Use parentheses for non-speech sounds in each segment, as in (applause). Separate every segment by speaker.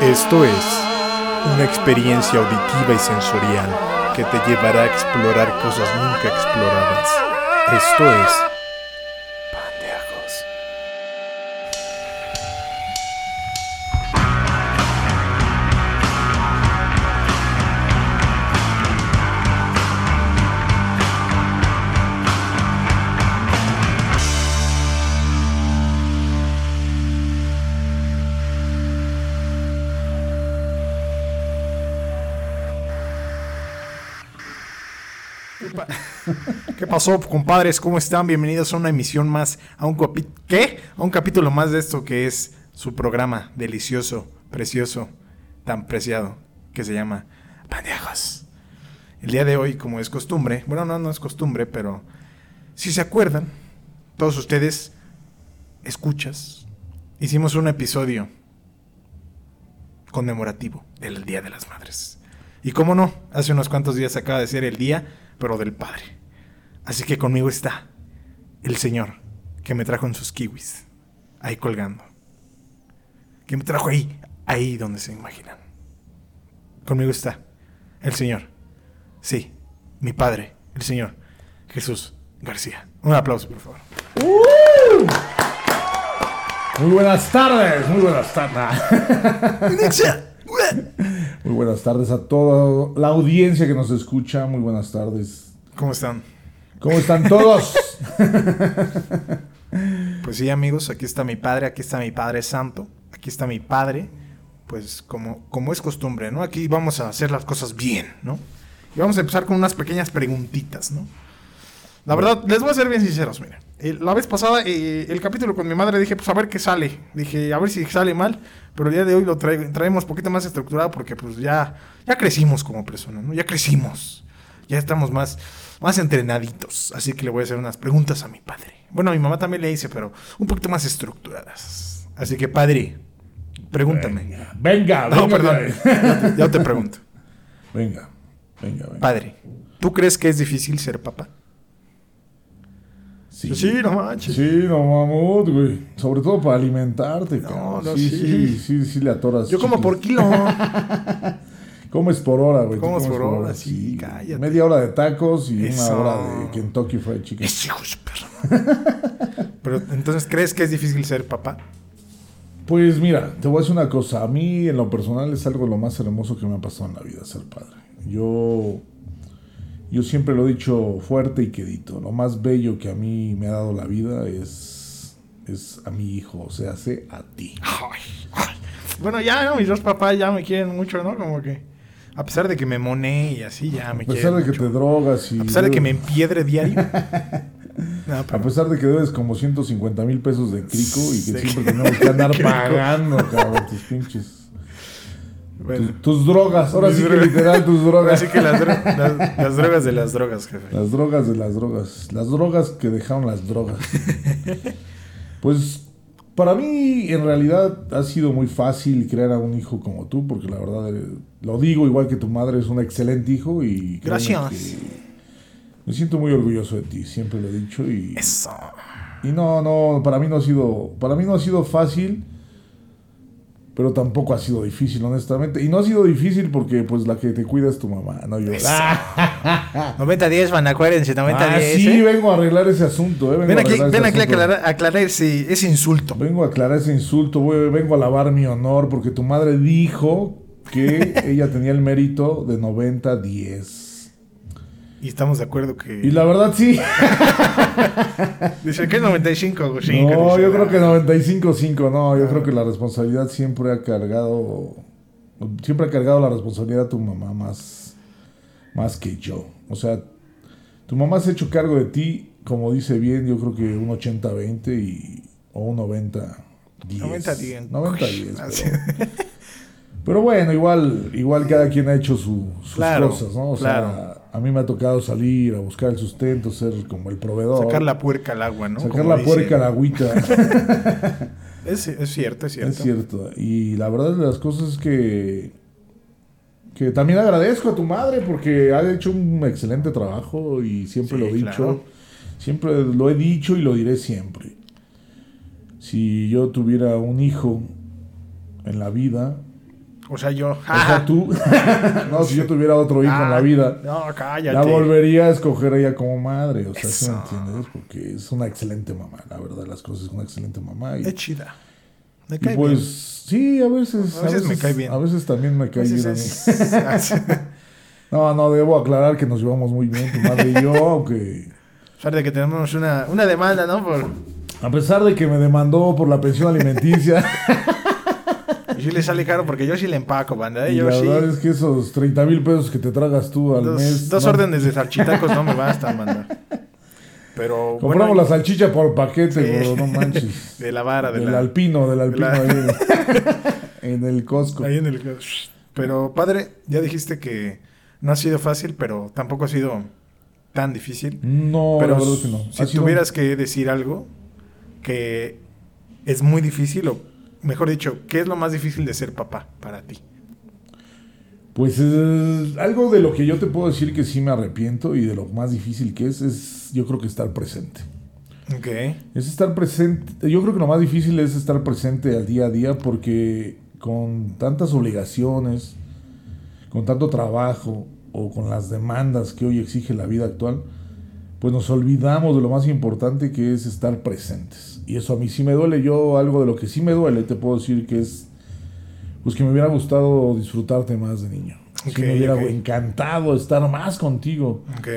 Speaker 1: Esto es una experiencia auditiva y sensorial que te llevará a explorar cosas nunca exploradas. Esto es Pandeajos. ¿Qué pasó, compadres? ¿Cómo están? Bienvenidos a una emisión más, a un capi- ¿qué? A un capítulo más de esto que es su programa delicioso, precioso, tan preciado, que se llama Pandeajos. El día de hoy, como es costumbre, bueno, no, no es costumbre, pero si se acuerdan, todos ustedes, escuchas, hicimos un episodio conmemorativo del Día de las Madres. Y cómo no, hace unos cuantos días acaba de ser el Día, pero del Padre. Así que conmigo está el señor que me trajo en sus kiwis, ahí colgando. Que me trajo ahí, ahí donde se imaginan. Conmigo está el señor, sí, mi padre, el señor Jesús García. Un aplauso, por favor.
Speaker 2: ¡Uh! Muy buenas tardes, muy buenas tardes. (laughs) Muy buenas tardes a toda la audiencia que nos escucha. Muy buenas tardes.
Speaker 1: ¿Cómo están?
Speaker 2: ¿Cómo
Speaker 1: (laughs)
Speaker 2: están todos?
Speaker 1: Pues sí, amigos, aquí está mi padre, aquí está mi padre santo, aquí está mi padre. Pues como, como es costumbre, ¿no? Aquí vamos a hacer las cosas bien, ¿no? Y vamos a empezar con unas pequeñas preguntitas, ¿no? La verdad, les voy a ser bien sinceros, miren. Eh, La vez pasada, eh, el capítulo con mi madre, dije, pues a ver qué sale. Dije, a ver si sale mal. Pero el día de hoy lo trae- traemos poquito más estructurado porque pues ya, ya crecimos como personas, ¿no? Ya crecimos. Ya estamos más, más entrenaditos. Así que le voy a hacer unas preguntas a mi padre. Bueno, a mi mamá también le hice, pero un poquito más estructuradas. Así que, padre, pregúntame.
Speaker 2: Venga, venga.
Speaker 1: No, perdón. (laughs)
Speaker 2: venga.
Speaker 1: Ya te- ya te pregunto.
Speaker 2: Venga, venga, venga.
Speaker 1: Padre, ¿tú crees que es difícil ser papá?
Speaker 2: Sí,
Speaker 1: Sí, no manches.
Speaker 2: Sí, no mamut, güey. Sobre todo para alimentarte,
Speaker 1: No,
Speaker 2: cabrón.
Speaker 1: no,
Speaker 2: sí,
Speaker 1: sí.
Speaker 2: sí, sí, sí, le atoras.
Speaker 1: Yo como por
Speaker 2: chicle.
Speaker 1: kilo.
Speaker 2: Comes por hora, güey. tú
Speaker 1: Comes por hora, sí, cállate.
Speaker 2: Media hora de tacos y
Speaker 1: Eso.
Speaker 2: una hora de Kentucky Fried Chicken.
Speaker 1: Es hijo de su (laughs) perra. Pero entonces, ¿crees que es difícil ser papá?
Speaker 2: Pues mira, te voy a decir una cosa. A mí, en lo personal, es algo lo más hermoso que me ha pasado en la vida, ser padre. Yo, yo siempre lo he dicho fuerte y quedito. Lo más bello que a mí me ha dado la vida es, es a mi hijo, o sea, hace a ti.
Speaker 1: Ay, ay. Bueno, ya, ¿no? mis dos papás ya me quieren mucho, ¿no? Como que. A pesar de que me moné y así, ya me
Speaker 2: A pesar
Speaker 1: quieren.
Speaker 2: de que
Speaker 1: mucho.
Speaker 2: te drogas y...
Speaker 1: A pesar de que me empiedre
Speaker 2: (laughs)
Speaker 1: diario. No,
Speaker 2: A
Speaker 1: pero-
Speaker 2: pesar de que debes como 150 mil pesos de crico y que
Speaker 1: Sí.
Speaker 2: siempre tenemos que
Speaker 1: (laughs)
Speaker 2: andar
Speaker 1: Crico.
Speaker 2: pagando, cabrón, tus pinches...
Speaker 1: bueno.
Speaker 2: Tus, tus drogas, ahora
Speaker 1: Mis
Speaker 2: sí que
Speaker 1: drogas.
Speaker 2: literal tus drogas.
Speaker 1: Así que las, dro- las- las drogas de las drogas, jefe.
Speaker 2: Las drogas de las drogas. Las drogas que dejaron las drogas. pues para mí en realidad ha sido muy fácil crear a un hijo como tú, porque la verdad eh, lo digo igual que tu madre es un excelente hijo y... créeme
Speaker 1: Gracias.
Speaker 2: que Me siento muy orgulloso de ti, siempre lo he dicho y...
Speaker 1: Eso.
Speaker 2: Y no, no, para mí no ha sido, para mí no ha sido fácil, pero tampoco ha sido difícil, honestamente. Y no ha sido difícil porque pues la que te cuida es tu mamá, no yo. (laughs)
Speaker 1: Eso. 90-10, van, acuérdense, 90-10.
Speaker 2: Ah, sí,
Speaker 1: ¿eh?
Speaker 2: vengo a arreglar ese asunto, eh, vengo
Speaker 1: Ven
Speaker 2: a
Speaker 1: aquí,
Speaker 2: arreglar ese
Speaker 1: ven aquí a
Speaker 2: asunto.
Speaker 1: aclarar, aclarar ese, ese insulto.
Speaker 2: Vengo a aclarar ese insulto, güey, vengo a lavar mi honor porque tu madre dijo
Speaker 1: (laughs)
Speaker 2: que ella tenía el mérito de 90-10.
Speaker 1: Y estamos de acuerdo que.
Speaker 2: Y la verdad sí.
Speaker 1: Dice que 95, güey, cinco,
Speaker 2: No,
Speaker 1: dice,
Speaker 2: yo
Speaker 1: "Ah".
Speaker 2: creo que 95-5, no, yo creo que la responsabilidad siempre ha cargado, siempre ha cargado la responsabilidad a tu mamá más, más que yo. O sea, tu mamá se ha hecho cargo de ti, como dice bien, yo creo que un 80-20 y, o un 90-10.
Speaker 1: 90-10. (laughs)
Speaker 2: 90-10.
Speaker 1: Así.
Speaker 2: pero- pero bueno, igual, igual cada quien ha hecho su- sus
Speaker 1: Claro,
Speaker 2: cosas, ¿no? O
Speaker 1: claro.
Speaker 2: sea, a mí me ha tocado salir a buscar el sustento, ser como el proveedor.
Speaker 1: Sacar la puerca al agua, ¿no?
Speaker 2: Sacar
Speaker 1: Como
Speaker 2: la
Speaker 1: dice.
Speaker 2: puerca a la agüita.
Speaker 1: (laughs) Es, es cierto, es cierto.
Speaker 2: Es cierto. Y la verdad de las cosas es que. Que también agradezco a tu madre porque ha hecho un excelente trabajo y siempre
Speaker 1: Sí,
Speaker 2: lo he dicho.
Speaker 1: claro.
Speaker 2: Siempre lo he dicho y lo diré siempre. Si yo tuviera un hijo en la vida,
Speaker 1: O sea, yo. ah,
Speaker 2: O sea, tú. (laughs) no, si yo tuviera otro hijo en la vida,
Speaker 1: No, cállate.
Speaker 2: la volvería a escoger a ella como madre. O sea, ¿sí me
Speaker 1: Eso.
Speaker 2: entiendes? Porque es una excelente mamá, la verdad, las cosas. Es una excelente mamá. Y,
Speaker 1: Es chida. Me
Speaker 2: y
Speaker 1: cae
Speaker 2: pues,
Speaker 1: bien.
Speaker 2: sí, a veces.
Speaker 1: A veces me cae bien.
Speaker 2: A veces también me cae
Speaker 1: Entonces
Speaker 2: bien. a mí.
Speaker 1: es- (laughs) a
Speaker 2: No, no, debo aclarar que nos llevamos muy bien, tu madre
Speaker 1: (laughs)
Speaker 2: y yo, aunque.
Speaker 1: pesar de que tenemos una, una demanda, ¿no? Por,
Speaker 2: A pesar de que me demandó por la pensión
Speaker 1: (laughs)
Speaker 2: alimenticia.
Speaker 1: y sí le sale caro porque yo sí le empaco, banda. ¿eh?
Speaker 2: y
Speaker 1: Yo
Speaker 2: la
Speaker 1: sí.
Speaker 2: verdad es que esos 30 mil pesos que te tragas tú al
Speaker 1: Dos,
Speaker 2: mes.
Speaker 1: dos
Speaker 2: no,
Speaker 1: órdenes de salchitacos no me bastan, banda. Pero.
Speaker 2: Compramos
Speaker 1: bueno,
Speaker 2: la salchicha por paquete,
Speaker 1: Sí. (laughs)
Speaker 2: bro, no manches.
Speaker 1: De la vara, de
Speaker 2: del
Speaker 1: la.
Speaker 2: alpino, del alpino
Speaker 1: la-
Speaker 2: ahí en en
Speaker 1: (laughs)
Speaker 2: el Costco.
Speaker 1: Ahí en el... Pero padre, ya dijiste que no ha sido fácil, pero tampoco ha sido tan difícil.
Speaker 2: No,
Speaker 1: pero
Speaker 2: la verdad es que no.
Speaker 1: si
Speaker 2: Ha sido-
Speaker 1: tuvieras que decir algo que es muy difícil, o mejor dicho, ¿qué es lo más difícil de ser papá para ti?
Speaker 2: Pues es algo de lo que yo te puedo decir que sí me arrepiento y de lo más difícil que es, es yo creo que estar presente.
Speaker 1: Ok.
Speaker 2: Es estar presente. Yo creo que lo más difícil es estar presente al día a día porque con tantas obligaciones, con tanto trabajo o con las demandas que hoy exige la vida actual, pues nos olvidamos de lo más importante que es estar presentes. Y eso a mí sí me duele. Yo algo de lo que sí me duele te puedo decir que es pues que me hubiera gustado disfrutarte más de niño. Sí
Speaker 1: Ok,
Speaker 2: me hubiera
Speaker 1: ok.
Speaker 2: encantado estar más contigo
Speaker 1: Ok.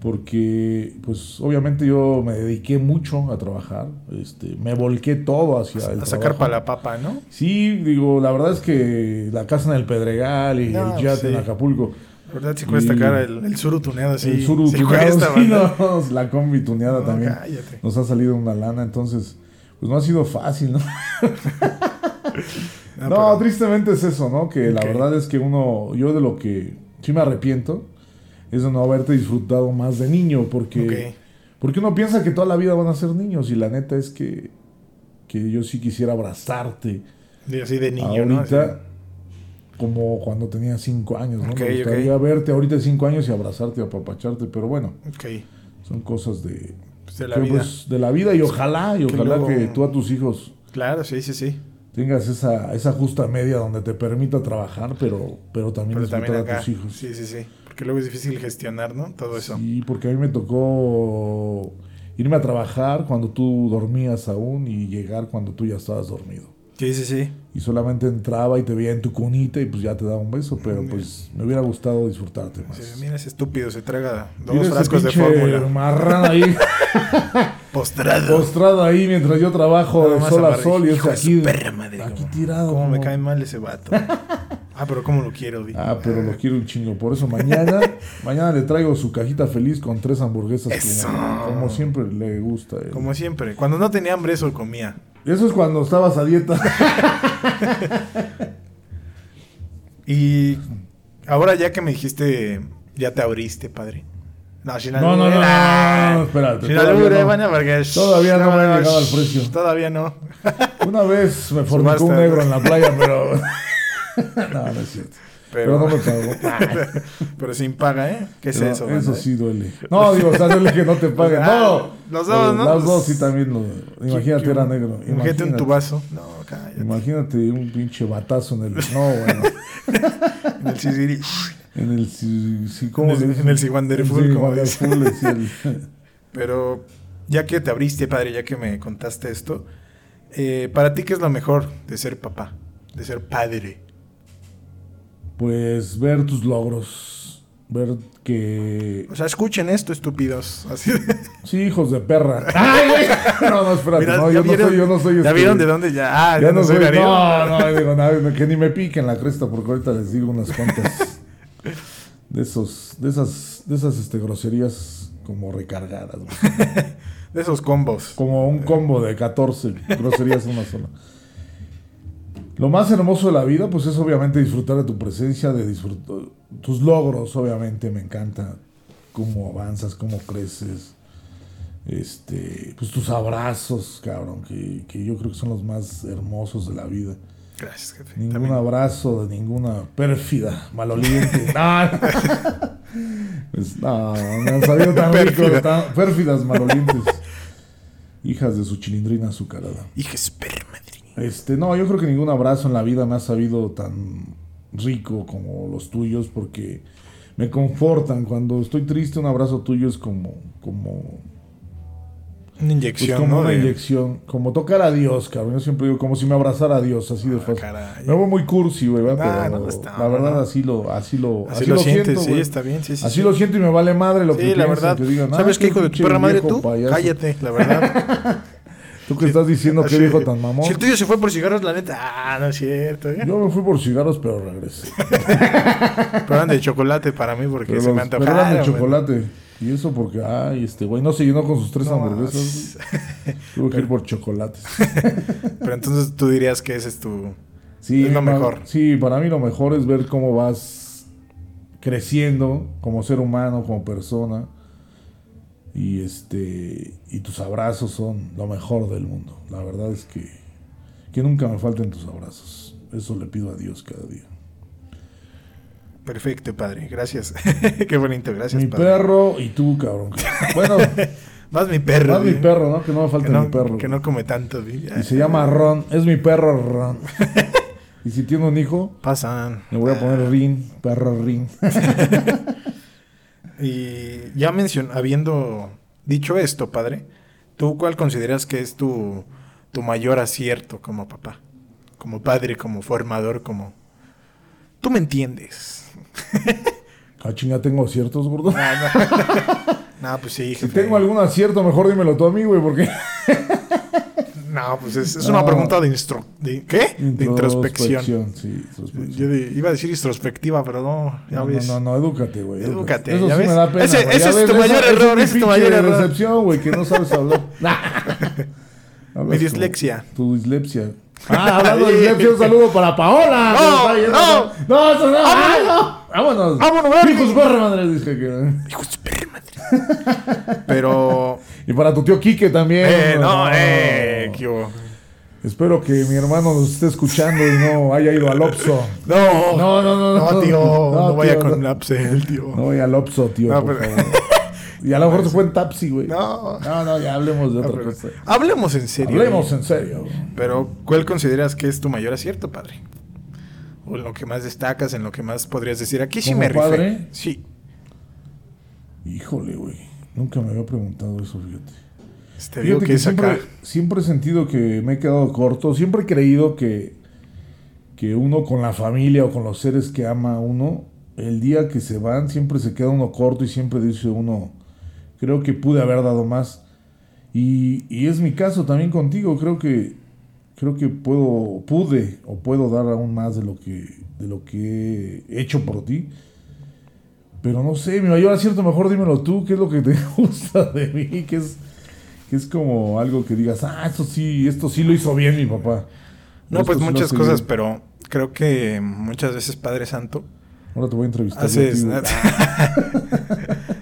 Speaker 2: porque pues obviamente yo me dediqué mucho a trabajar, este, me volqué todo hacia el
Speaker 1: A sacar
Speaker 2: trabajo.
Speaker 1: para la papa, ¿no?
Speaker 2: Sí, digo, la verdad es que la casa en el Pedregal y
Speaker 1: No,
Speaker 2: el yate
Speaker 1: sí.
Speaker 2: en Acapulco,
Speaker 1: La verdad sí cuesta
Speaker 2: Y-
Speaker 1: cara el, el suru tuneado, sí.
Speaker 2: el suru
Speaker 1: sí
Speaker 2: tuneado,
Speaker 1: cuesta,
Speaker 2: (laughs) sí,
Speaker 1: banda.
Speaker 2: no, la combi tuneada
Speaker 1: No,
Speaker 2: también,
Speaker 1: cállate.
Speaker 2: nos ha salido una lana, entonces pues no ha sido fácil, ¿no?
Speaker 1: No,
Speaker 2: No,
Speaker 1: pero-
Speaker 2: tristemente es eso, ¿no? Que la
Speaker 1: Ok.
Speaker 2: verdad es que uno, yo de lo que sí me arrepiento es de no haberte disfrutado más de niño, porque...
Speaker 1: ok.
Speaker 2: Porque uno piensa que toda la vida van a ser niños y la neta es que, que yo sí quisiera abrazarte
Speaker 1: Y así de niño, ¿no? Así-
Speaker 2: ahorita como cuando tenía cinco años, ¿no?
Speaker 1: Ok,
Speaker 2: Me gustaría
Speaker 1: ok.
Speaker 2: verte ahorita de cinco años y abrazarte, apapacharte, pero bueno,
Speaker 1: Ok.
Speaker 2: son cosas de,
Speaker 1: Pues de la
Speaker 2: que,
Speaker 1: vida.
Speaker 2: pues, de la vida y ojalá, y
Speaker 1: Que
Speaker 2: ojalá
Speaker 1: luego-
Speaker 2: que tú a tus hijos
Speaker 1: Claro, sí, sí, sí.
Speaker 2: tengas esa, esa justa media donde te permita trabajar, pero, pero también
Speaker 1: Pero
Speaker 2: disfrutar
Speaker 1: también
Speaker 2: a
Speaker 1: acá.
Speaker 2: tus hijos.
Speaker 1: Sí, sí, sí. Porque luego es difícil gestionar, ¿no? Todo eso.
Speaker 2: Sí, porque a mí me tocó irme a trabajar cuando tú dormías aún y llegar cuando tú ya estabas dormido.
Speaker 1: Sí, sí, sí.
Speaker 2: Y solamente entraba y te veía en tu cunita y pues ya te daba un beso, pero
Speaker 1: Mira.
Speaker 2: pues me hubiera gustado disfrutarte más.
Speaker 1: Sí, mira ese estúpido, se traga dos
Speaker 2: Mira Pues, ese
Speaker 1: frascos de
Speaker 2: pinche
Speaker 1: fórmula.
Speaker 2: marrano ahí,
Speaker 1: (laughs) Postrado.
Speaker 2: postrado ahí mientras yo trabajo de
Speaker 1: Nada más
Speaker 2: sol a
Speaker 1: amarre.
Speaker 2: sol y
Speaker 1: Hijo
Speaker 2: este
Speaker 1: de su
Speaker 2: aquí,
Speaker 1: perra madre,
Speaker 2: aquí
Speaker 1: cómo-
Speaker 2: tirado.
Speaker 1: ¿Cómo me
Speaker 2: como-
Speaker 1: cae mal ese
Speaker 2: (laughs)
Speaker 1: vato? Ah, pero cómo lo quiero, vi.
Speaker 2: Ah, pero lo quiero un chingo. Por eso
Speaker 1: (laughs)
Speaker 2: mañana, mañana le traigo su cajita feliz con tres hamburguesas. que-
Speaker 1: Eso.
Speaker 2: como siempre le gusta. a él.
Speaker 1: Como siempre. Cuando no tenía hambre, eso comía.
Speaker 2: Eso es cuando estabas a dieta.
Speaker 1: Y ahora ya que me dijiste, ya te abriste, padre. No, sin
Speaker 2: No, no, no, no, no, no, espérate,
Speaker 1: Sin
Speaker 2: todavía
Speaker 1: albur, eh,
Speaker 2: no.
Speaker 1: bueno, porque-
Speaker 2: Todavía no me ha llegado al precio.
Speaker 1: Todavía no.
Speaker 2: Una vez me
Speaker 1: Subasta.
Speaker 2: formó un negro en la playa, pero.
Speaker 1: (laughs)
Speaker 2: no, no es cierto. Pero, no me pagó.
Speaker 1: (laughs) Pero sin paga, ¿eh? ¿Qué Ah, es
Speaker 2: Pero
Speaker 1: eso?
Speaker 2: Eso
Speaker 1: banda, eh?
Speaker 2: sí duele. No, digo, o sea, duele que no te paguen.
Speaker 1: Ah,
Speaker 2: No.
Speaker 1: los dos, ¿no?
Speaker 2: Los dos sí también lo. Imagínate,
Speaker 1: Que-
Speaker 2: era negro.
Speaker 1: Imagínate un
Speaker 2: Imagínate,
Speaker 1: tubazo. No, cállate.
Speaker 2: imagínate un pinche
Speaker 1: (laughs)
Speaker 2: batazo en el. No, bueno.
Speaker 1: En el Sisiri.
Speaker 2: En el. si- si- ¿cómo
Speaker 1: En el-
Speaker 2: le dicen?
Speaker 1: en el Ciguanderful,
Speaker 2: En el
Speaker 1: como dicen.
Speaker 2: Ciguanderful, sí,
Speaker 1: (laughs)
Speaker 2: el-
Speaker 1: Pero ya que te abriste, padre, ya que me contaste esto, eh, ¿para ti qué es lo mejor de ser papá? De ser padre.
Speaker 2: Pues ver tus logros. Ver que.
Speaker 1: O sea, escuchen esto, estúpidos. (laughs) Así de-
Speaker 2: Sí, hijos de perra.
Speaker 1: (laughs)
Speaker 2: Ay, güey. (laughs) no, no, espérate.
Speaker 1: Mira,
Speaker 2: no,
Speaker 1: ¿ya
Speaker 2: yo no
Speaker 1: vieron-
Speaker 2: soy, yo no soy
Speaker 1: ¿Ya
Speaker 2: este-
Speaker 1: vieron de dónde? Ya, ah,
Speaker 2: Ya no soy,
Speaker 1: Darío.
Speaker 2: no, no, digo, nada, que ni me piquen la cresta porque ahorita les digo unas cuantas de esos, de esas, de esas este, groserías como recargadas, güey.
Speaker 1: De esos combos.
Speaker 2: como un combo de 14 groserías en una sola. Lo más hermoso de la vida, pues es obviamente disfrutar de tu presencia, de disfrutar tus logros, obviamente me encanta cómo avanzas, cómo creces, este, pues tus abrazos, cabrón, que, que yo creo que son los más hermosos de la vida.
Speaker 1: Gracias, jefe.
Speaker 2: Ningún
Speaker 1: También.
Speaker 2: abrazo de ninguna pérfida, maloliente. (laughs) no, Pues, no, me han sabido tan rico,
Speaker 1: Pérfida.
Speaker 2: tan- pérfidas, malolientes. Hijas de su chilindrina azucarada.
Speaker 1: Hija espermadrina.
Speaker 2: Este, no, yo creo que ningún abrazo en la vida me ha sabido tan rico como los tuyos porque me confortan. Cuando estoy triste, un abrazo tuyo es como, como
Speaker 1: Una inyección,
Speaker 2: pues como
Speaker 1: ¿no?
Speaker 2: una
Speaker 1: De-
Speaker 2: inyección, como tocar a Dios, cabrón. Yo siempre digo, como si me abrazara a Dios, así de
Speaker 1: Ah,
Speaker 2: fácil.
Speaker 1: caray.
Speaker 2: Me voy muy cursi, güey, ¿verdad?
Speaker 1: Ah,
Speaker 2: Pero
Speaker 1: no, está-
Speaker 2: la verdad,
Speaker 1: no.
Speaker 2: así lo, así lo,
Speaker 1: Así, lo, sientes, sí,
Speaker 2: güey.
Speaker 1: está bien, sí, sí.
Speaker 2: así
Speaker 1: sí.
Speaker 2: lo siento y me vale madre lo que
Speaker 1: Sí, la
Speaker 2: piensen,
Speaker 1: verdad.
Speaker 2: que digan, "Ah,
Speaker 1: ¿Sabes qué, hijo de tu
Speaker 2: pinche
Speaker 1: perra madre
Speaker 2: viejo
Speaker 1: tú?
Speaker 2: payaso".
Speaker 1: Cállate, la
Speaker 2: (laughs)
Speaker 1: verdad.
Speaker 2: Tú que estás diciendo
Speaker 1: Así
Speaker 2: que
Speaker 1: de-
Speaker 2: viejo tan mamón.
Speaker 1: Si el tuyo se fue por cigarros, la neta. Ah, no es cierto. ¿eh?
Speaker 2: Yo me fui por cigarros, pero
Speaker 1: (laughs)
Speaker 2: regresé.
Speaker 1: Pero eran de chocolate para mí porque
Speaker 2: Pero
Speaker 1: se
Speaker 2: los
Speaker 1: me
Speaker 2: pero
Speaker 1: antojaron.
Speaker 2: eran de
Speaker 1: güey.
Speaker 2: chocolate. Y eso porque, ay, este güey no se llenó con sus tres
Speaker 1: No,
Speaker 2: hamburguesas.
Speaker 1: s- (laughs)
Speaker 2: Tuve que ir por chocolates.
Speaker 1: Pero entonces tú dirías que ese es tu.
Speaker 2: Sí,
Speaker 1: Es lo
Speaker 2: pa-
Speaker 1: mejor.
Speaker 2: Sí, Eh, para mí lo mejor es ver cómo vas creciendo como ser humano, como persona. Y este y tus abrazos son lo mejor del mundo. La verdad es que que nunca me falten tus abrazos. Eso le pido a Dios cada día.
Speaker 1: Perfecto, padre. Gracias. (laughs) Qué bonito, gracias,
Speaker 2: mi
Speaker 1: padre.
Speaker 2: perro y tú, cabrón.
Speaker 1: (laughs)
Speaker 2: Bueno,
Speaker 1: Más mi perro.
Speaker 2: más mi
Speaker 1: güey.
Speaker 2: perro, ¿no? Que no me
Speaker 1: Que
Speaker 2: falte
Speaker 1: no,
Speaker 2: mi perro.
Speaker 1: que no come tanto. güey.
Speaker 2: Y se llama Ron. Es mi perro
Speaker 1: (laughs)
Speaker 2: Ron. y si tiene un hijo,
Speaker 1: Pasan.
Speaker 2: le voy a
Speaker 1: Ah.
Speaker 2: poner Rin, perro Rin.
Speaker 1: Ah, Y ya mencion habiendo dicho esto, padre, ¿tú cuál consideras que es tu, tu mayor acierto como papá? Como padre, como formador, como... Tú me entiendes. (laughs)
Speaker 2: Ah, chinga, tengo ciertos, gordo.
Speaker 1: No, (laughs) pues sí,
Speaker 2: Si
Speaker 1: jefe.
Speaker 2: tengo algún acierto, mejor dímelo tú a mí, güey, porque...
Speaker 1: No, pues es, es
Speaker 2: No.
Speaker 1: una pregunta de, instro- de- ¿qué? (laughs) De introspección.
Speaker 2: Sí, introspección.
Speaker 1: Yo de- iba a decir introspectiva, pero no, ya
Speaker 2: no, no,
Speaker 1: ves.
Speaker 2: no, no, edúcate, güey.
Speaker 1: Edúcate,
Speaker 2: Eso
Speaker 1: ¿ya
Speaker 2: sí
Speaker 1: ves?
Speaker 2: me da pena.
Speaker 1: Ese-
Speaker 2: güey,
Speaker 1: ese
Speaker 2: ya
Speaker 1: es
Speaker 2: ves,
Speaker 1: tu mayor
Speaker 2: esa- esa
Speaker 1: error,
Speaker 2: mi
Speaker 1: ese es tu
Speaker 2: pinche
Speaker 1: mayor error.
Speaker 2: decepción, güey, que no sabes
Speaker 1: (laughs)
Speaker 2: hablar. Hablas
Speaker 1: Mi
Speaker 2: como-
Speaker 1: dislexia.
Speaker 2: Tu
Speaker 1: (laughs)
Speaker 2: dislexia. Ah, hablando de dislexia, un saludo para Paola. que
Speaker 1: No,
Speaker 2: nos está
Speaker 1: no.
Speaker 2: yendo. no, eso no, ah, no. Vámonos.
Speaker 1: Vámonos, verga.
Speaker 2: Hijos perra, madre, dije que... eh.
Speaker 1: Hijo de su perra madre.
Speaker 2: (laughs)
Speaker 1: Pero...
Speaker 2: Y para tu tío Quique también.
Speaker 1: Eh, no,
Speaker 2: No.
Speaker 1: eh, ¿qué hubo?
Speaker 2: Espero que mi hermano nos esté escuchando y no haya ido al Opso.
Speaker 1: No,
Speaker 2: No, no, no, no.
Speaker 1: No, tío, no, vaya
Speaker 2: tío,
Speaker 1: con
Speaker 2: no.
Speaker 1: lapse el tío.
Speaker 2: No voy al Opso, tío.
Speaker 1: No,
Speaker 2: por
Speaker 1: pero-
Speaker 2: favor. Y a lo mejor se fue en Tapsi,
Speaker 1: (laughs)
Speaker 2: güey.
Speaker 1: No.
Speaker 2: no, no, ya hablemos de otra
Speaker 1: Pero-
Speaker 2: cosa.
Speaker 1: Hablemos en serio. eh.
Speaker 2: Hablemos en serio.
Speaker 1: Pero, ¿cuál consideras que es tu mayor acierto, padre? O en lo que más destacas, en lo que más podrías decir. Aquí sí
Speaker 2: ¿Como
Speaker 1: me rifé.
Speaker 2: padre?
Speaker 1: Sí.
Speaker 2: Híjole, güey. Nunca me había preguntado eso, fíjate.
Speaker 1: Te digo
Speaker 2: Fíjate
Speaker 1: que es
Speaker 2: siempre,
Speaker 1: acá.
Speaker 2: siempre he sentido que me he quedado corto. Siempre he creído que, que uno con la familia o con los seres que ama a uno, el día que se van, siempre se queda uno corto y siempre dice uno, creo que pude haber dado más. Y, y es mi caso también contigo. Creo que, creo que puedo, pude o puedo dar aún más de lo que, de lo que he hecho por ti. Pero no sé, mi mayor acierto, mejor dímelo tú, qué es lo que te (laughs) gusta de mí, qué es, qué es como algo que digas, ah, esto sí, esto sí lo hizo bien mi papá.
Speaker 1: No,
Speaker 2: Esto
Speaker 1: pues
Speaker 2: sí lo
Speaker 1: muchas
Speaker 2: hace
Speaker 1: cosas,
Speaker 2: bien.
Speaker 1: pero creo que muchas veces, Padre Santo,
Speaker 2: Ahora te voy a entrevistar. yo a ti,
Speaker 1: haces.
Speaker 2: güey. (laughs)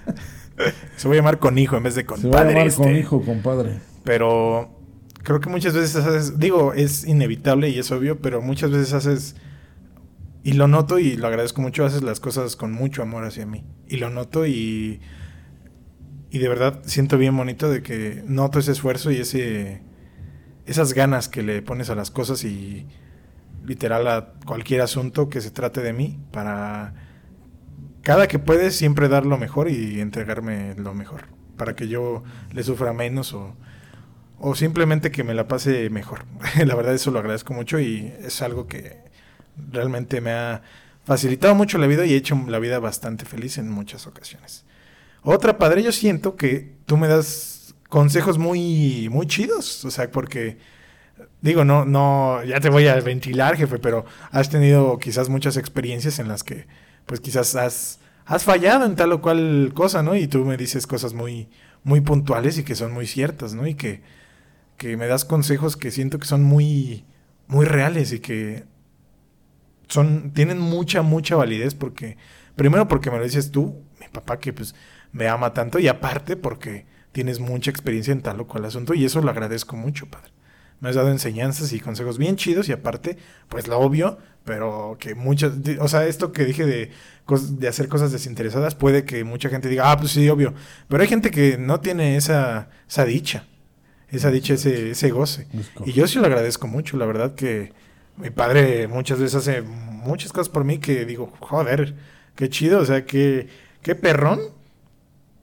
Speaker 1: Se va a llamar con hijo en vez de con
Speaker 2: Se va a
Speaker 1: padre.
Speaker 2: llamar
Speaker 1: este.
Speaker 2: con hijo, compadre.
Speaker 1: Pero creo que muchas veces haces, digo, es inevitable y es obvio, pero muchas veces haces, y lo noto y lo agradezco mucho, haces las cosas con mucho amor hacia mí. Y lo noto y, y de verdad siento bien bonito de que noto ese esfuerzo y ese, esas ganas que le pones a las cosas y literal a cualquier asunto que se trate de mí para... Cada que puedes siempre dar lo mejor y entregarme lo mejor para que yo le sufra menos o, o simplemente que me la pase mejor. (laughs) la verdad eso lo agradezco mucho y es algo que realmente me ha facilitado mucho la vida y he hecho la vida bastante feliz en muchas ocasiones. Otra padre, yo siento que tú me das consejos muy muy chidos, o sea, porque digo, no no ya te voy a ventilar, jefe, pero has tenido quizás muchas experiencias en las que pues quizás has has fallado en tal o cual cosa, ¿no? Y tú me dices cosas muy muy puntuales y que son muy ciertas, ¿no? Y que que me das consejos que siento que son muy, muy reales y que son, tienen mucha, mucha validez porque, primero porque me lo dices tú, mi papá que pues me ama tanto y aparte porque tienes mucha experiencia en tal o cual asunto y eso lo agradezco mucho, padre. Me has dado enseñanzas y consejos bien chidos y aparte, pues lo obvio, pero que muchas, di- o sea, esto que dije de, cos- de hacer cosas desinteresadas puede que mucha gente diga, ah, pues sí, obvio, pero hay gente que no tiene esa, esa dicha esa dicha, ese, ese goce.
Speaker 2: Es correcto.
Speaker 1: Y yo sí lo agradezco mucho, la verdad que Mi padre muchas veces hace muchas cosas por mí que digo, joder, qué chido, o sea, qué, qué perrón,